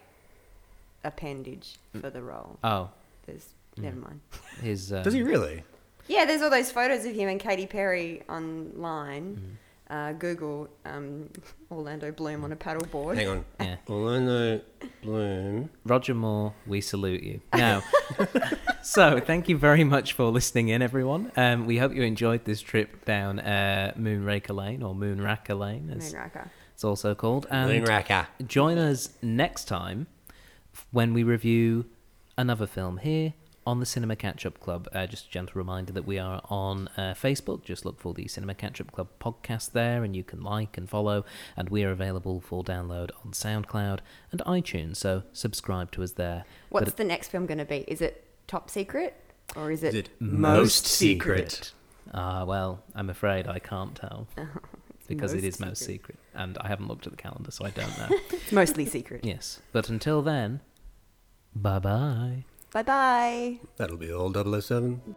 B: appendage
C: Mm.
B: for the role.
A: oh,
B: There's never mind.
A: his um,
C: Does he really?
B: Yeah, there's all those photos of him and Katy Perry online. Uh, Google um, Orlando Bloom on a paddleboard.
C: Hang on.
A: Yeah.
C: Orlando Bloom.
A: Roger Moore, we salute you. Now, so thank you very much for listening in, everyone. Um, we hope you enjoyed this trip down uh, Moonraker Lane or Moonracker Lane, as
B: Moonraker.
A: it's also called.
C: Moon
A: And
C: Racker.
A: join us next time when we review another film here on the Cinema Catch Up Club. Uh, just a gentle reminder that we are on uh, Facebook. Just look for the Cinema Catch Up Club podcast there, and you can like and follow. And we are available for download on SoundCloud and iTunes. So subscribe to us there.
B: What's
A: But-
B: the next film going to be? Is it Top Secret or is it?
C: Is it
A: Most secret. Ah, well, I'm afraid I can't tell because it
B: most
A: is most secret, and I haven't looked at the calendar, so I don't know.
B: It's mostly secret.
A: yes, but until then, bye bye.
B: Bye bye.
C: That'll be all 007.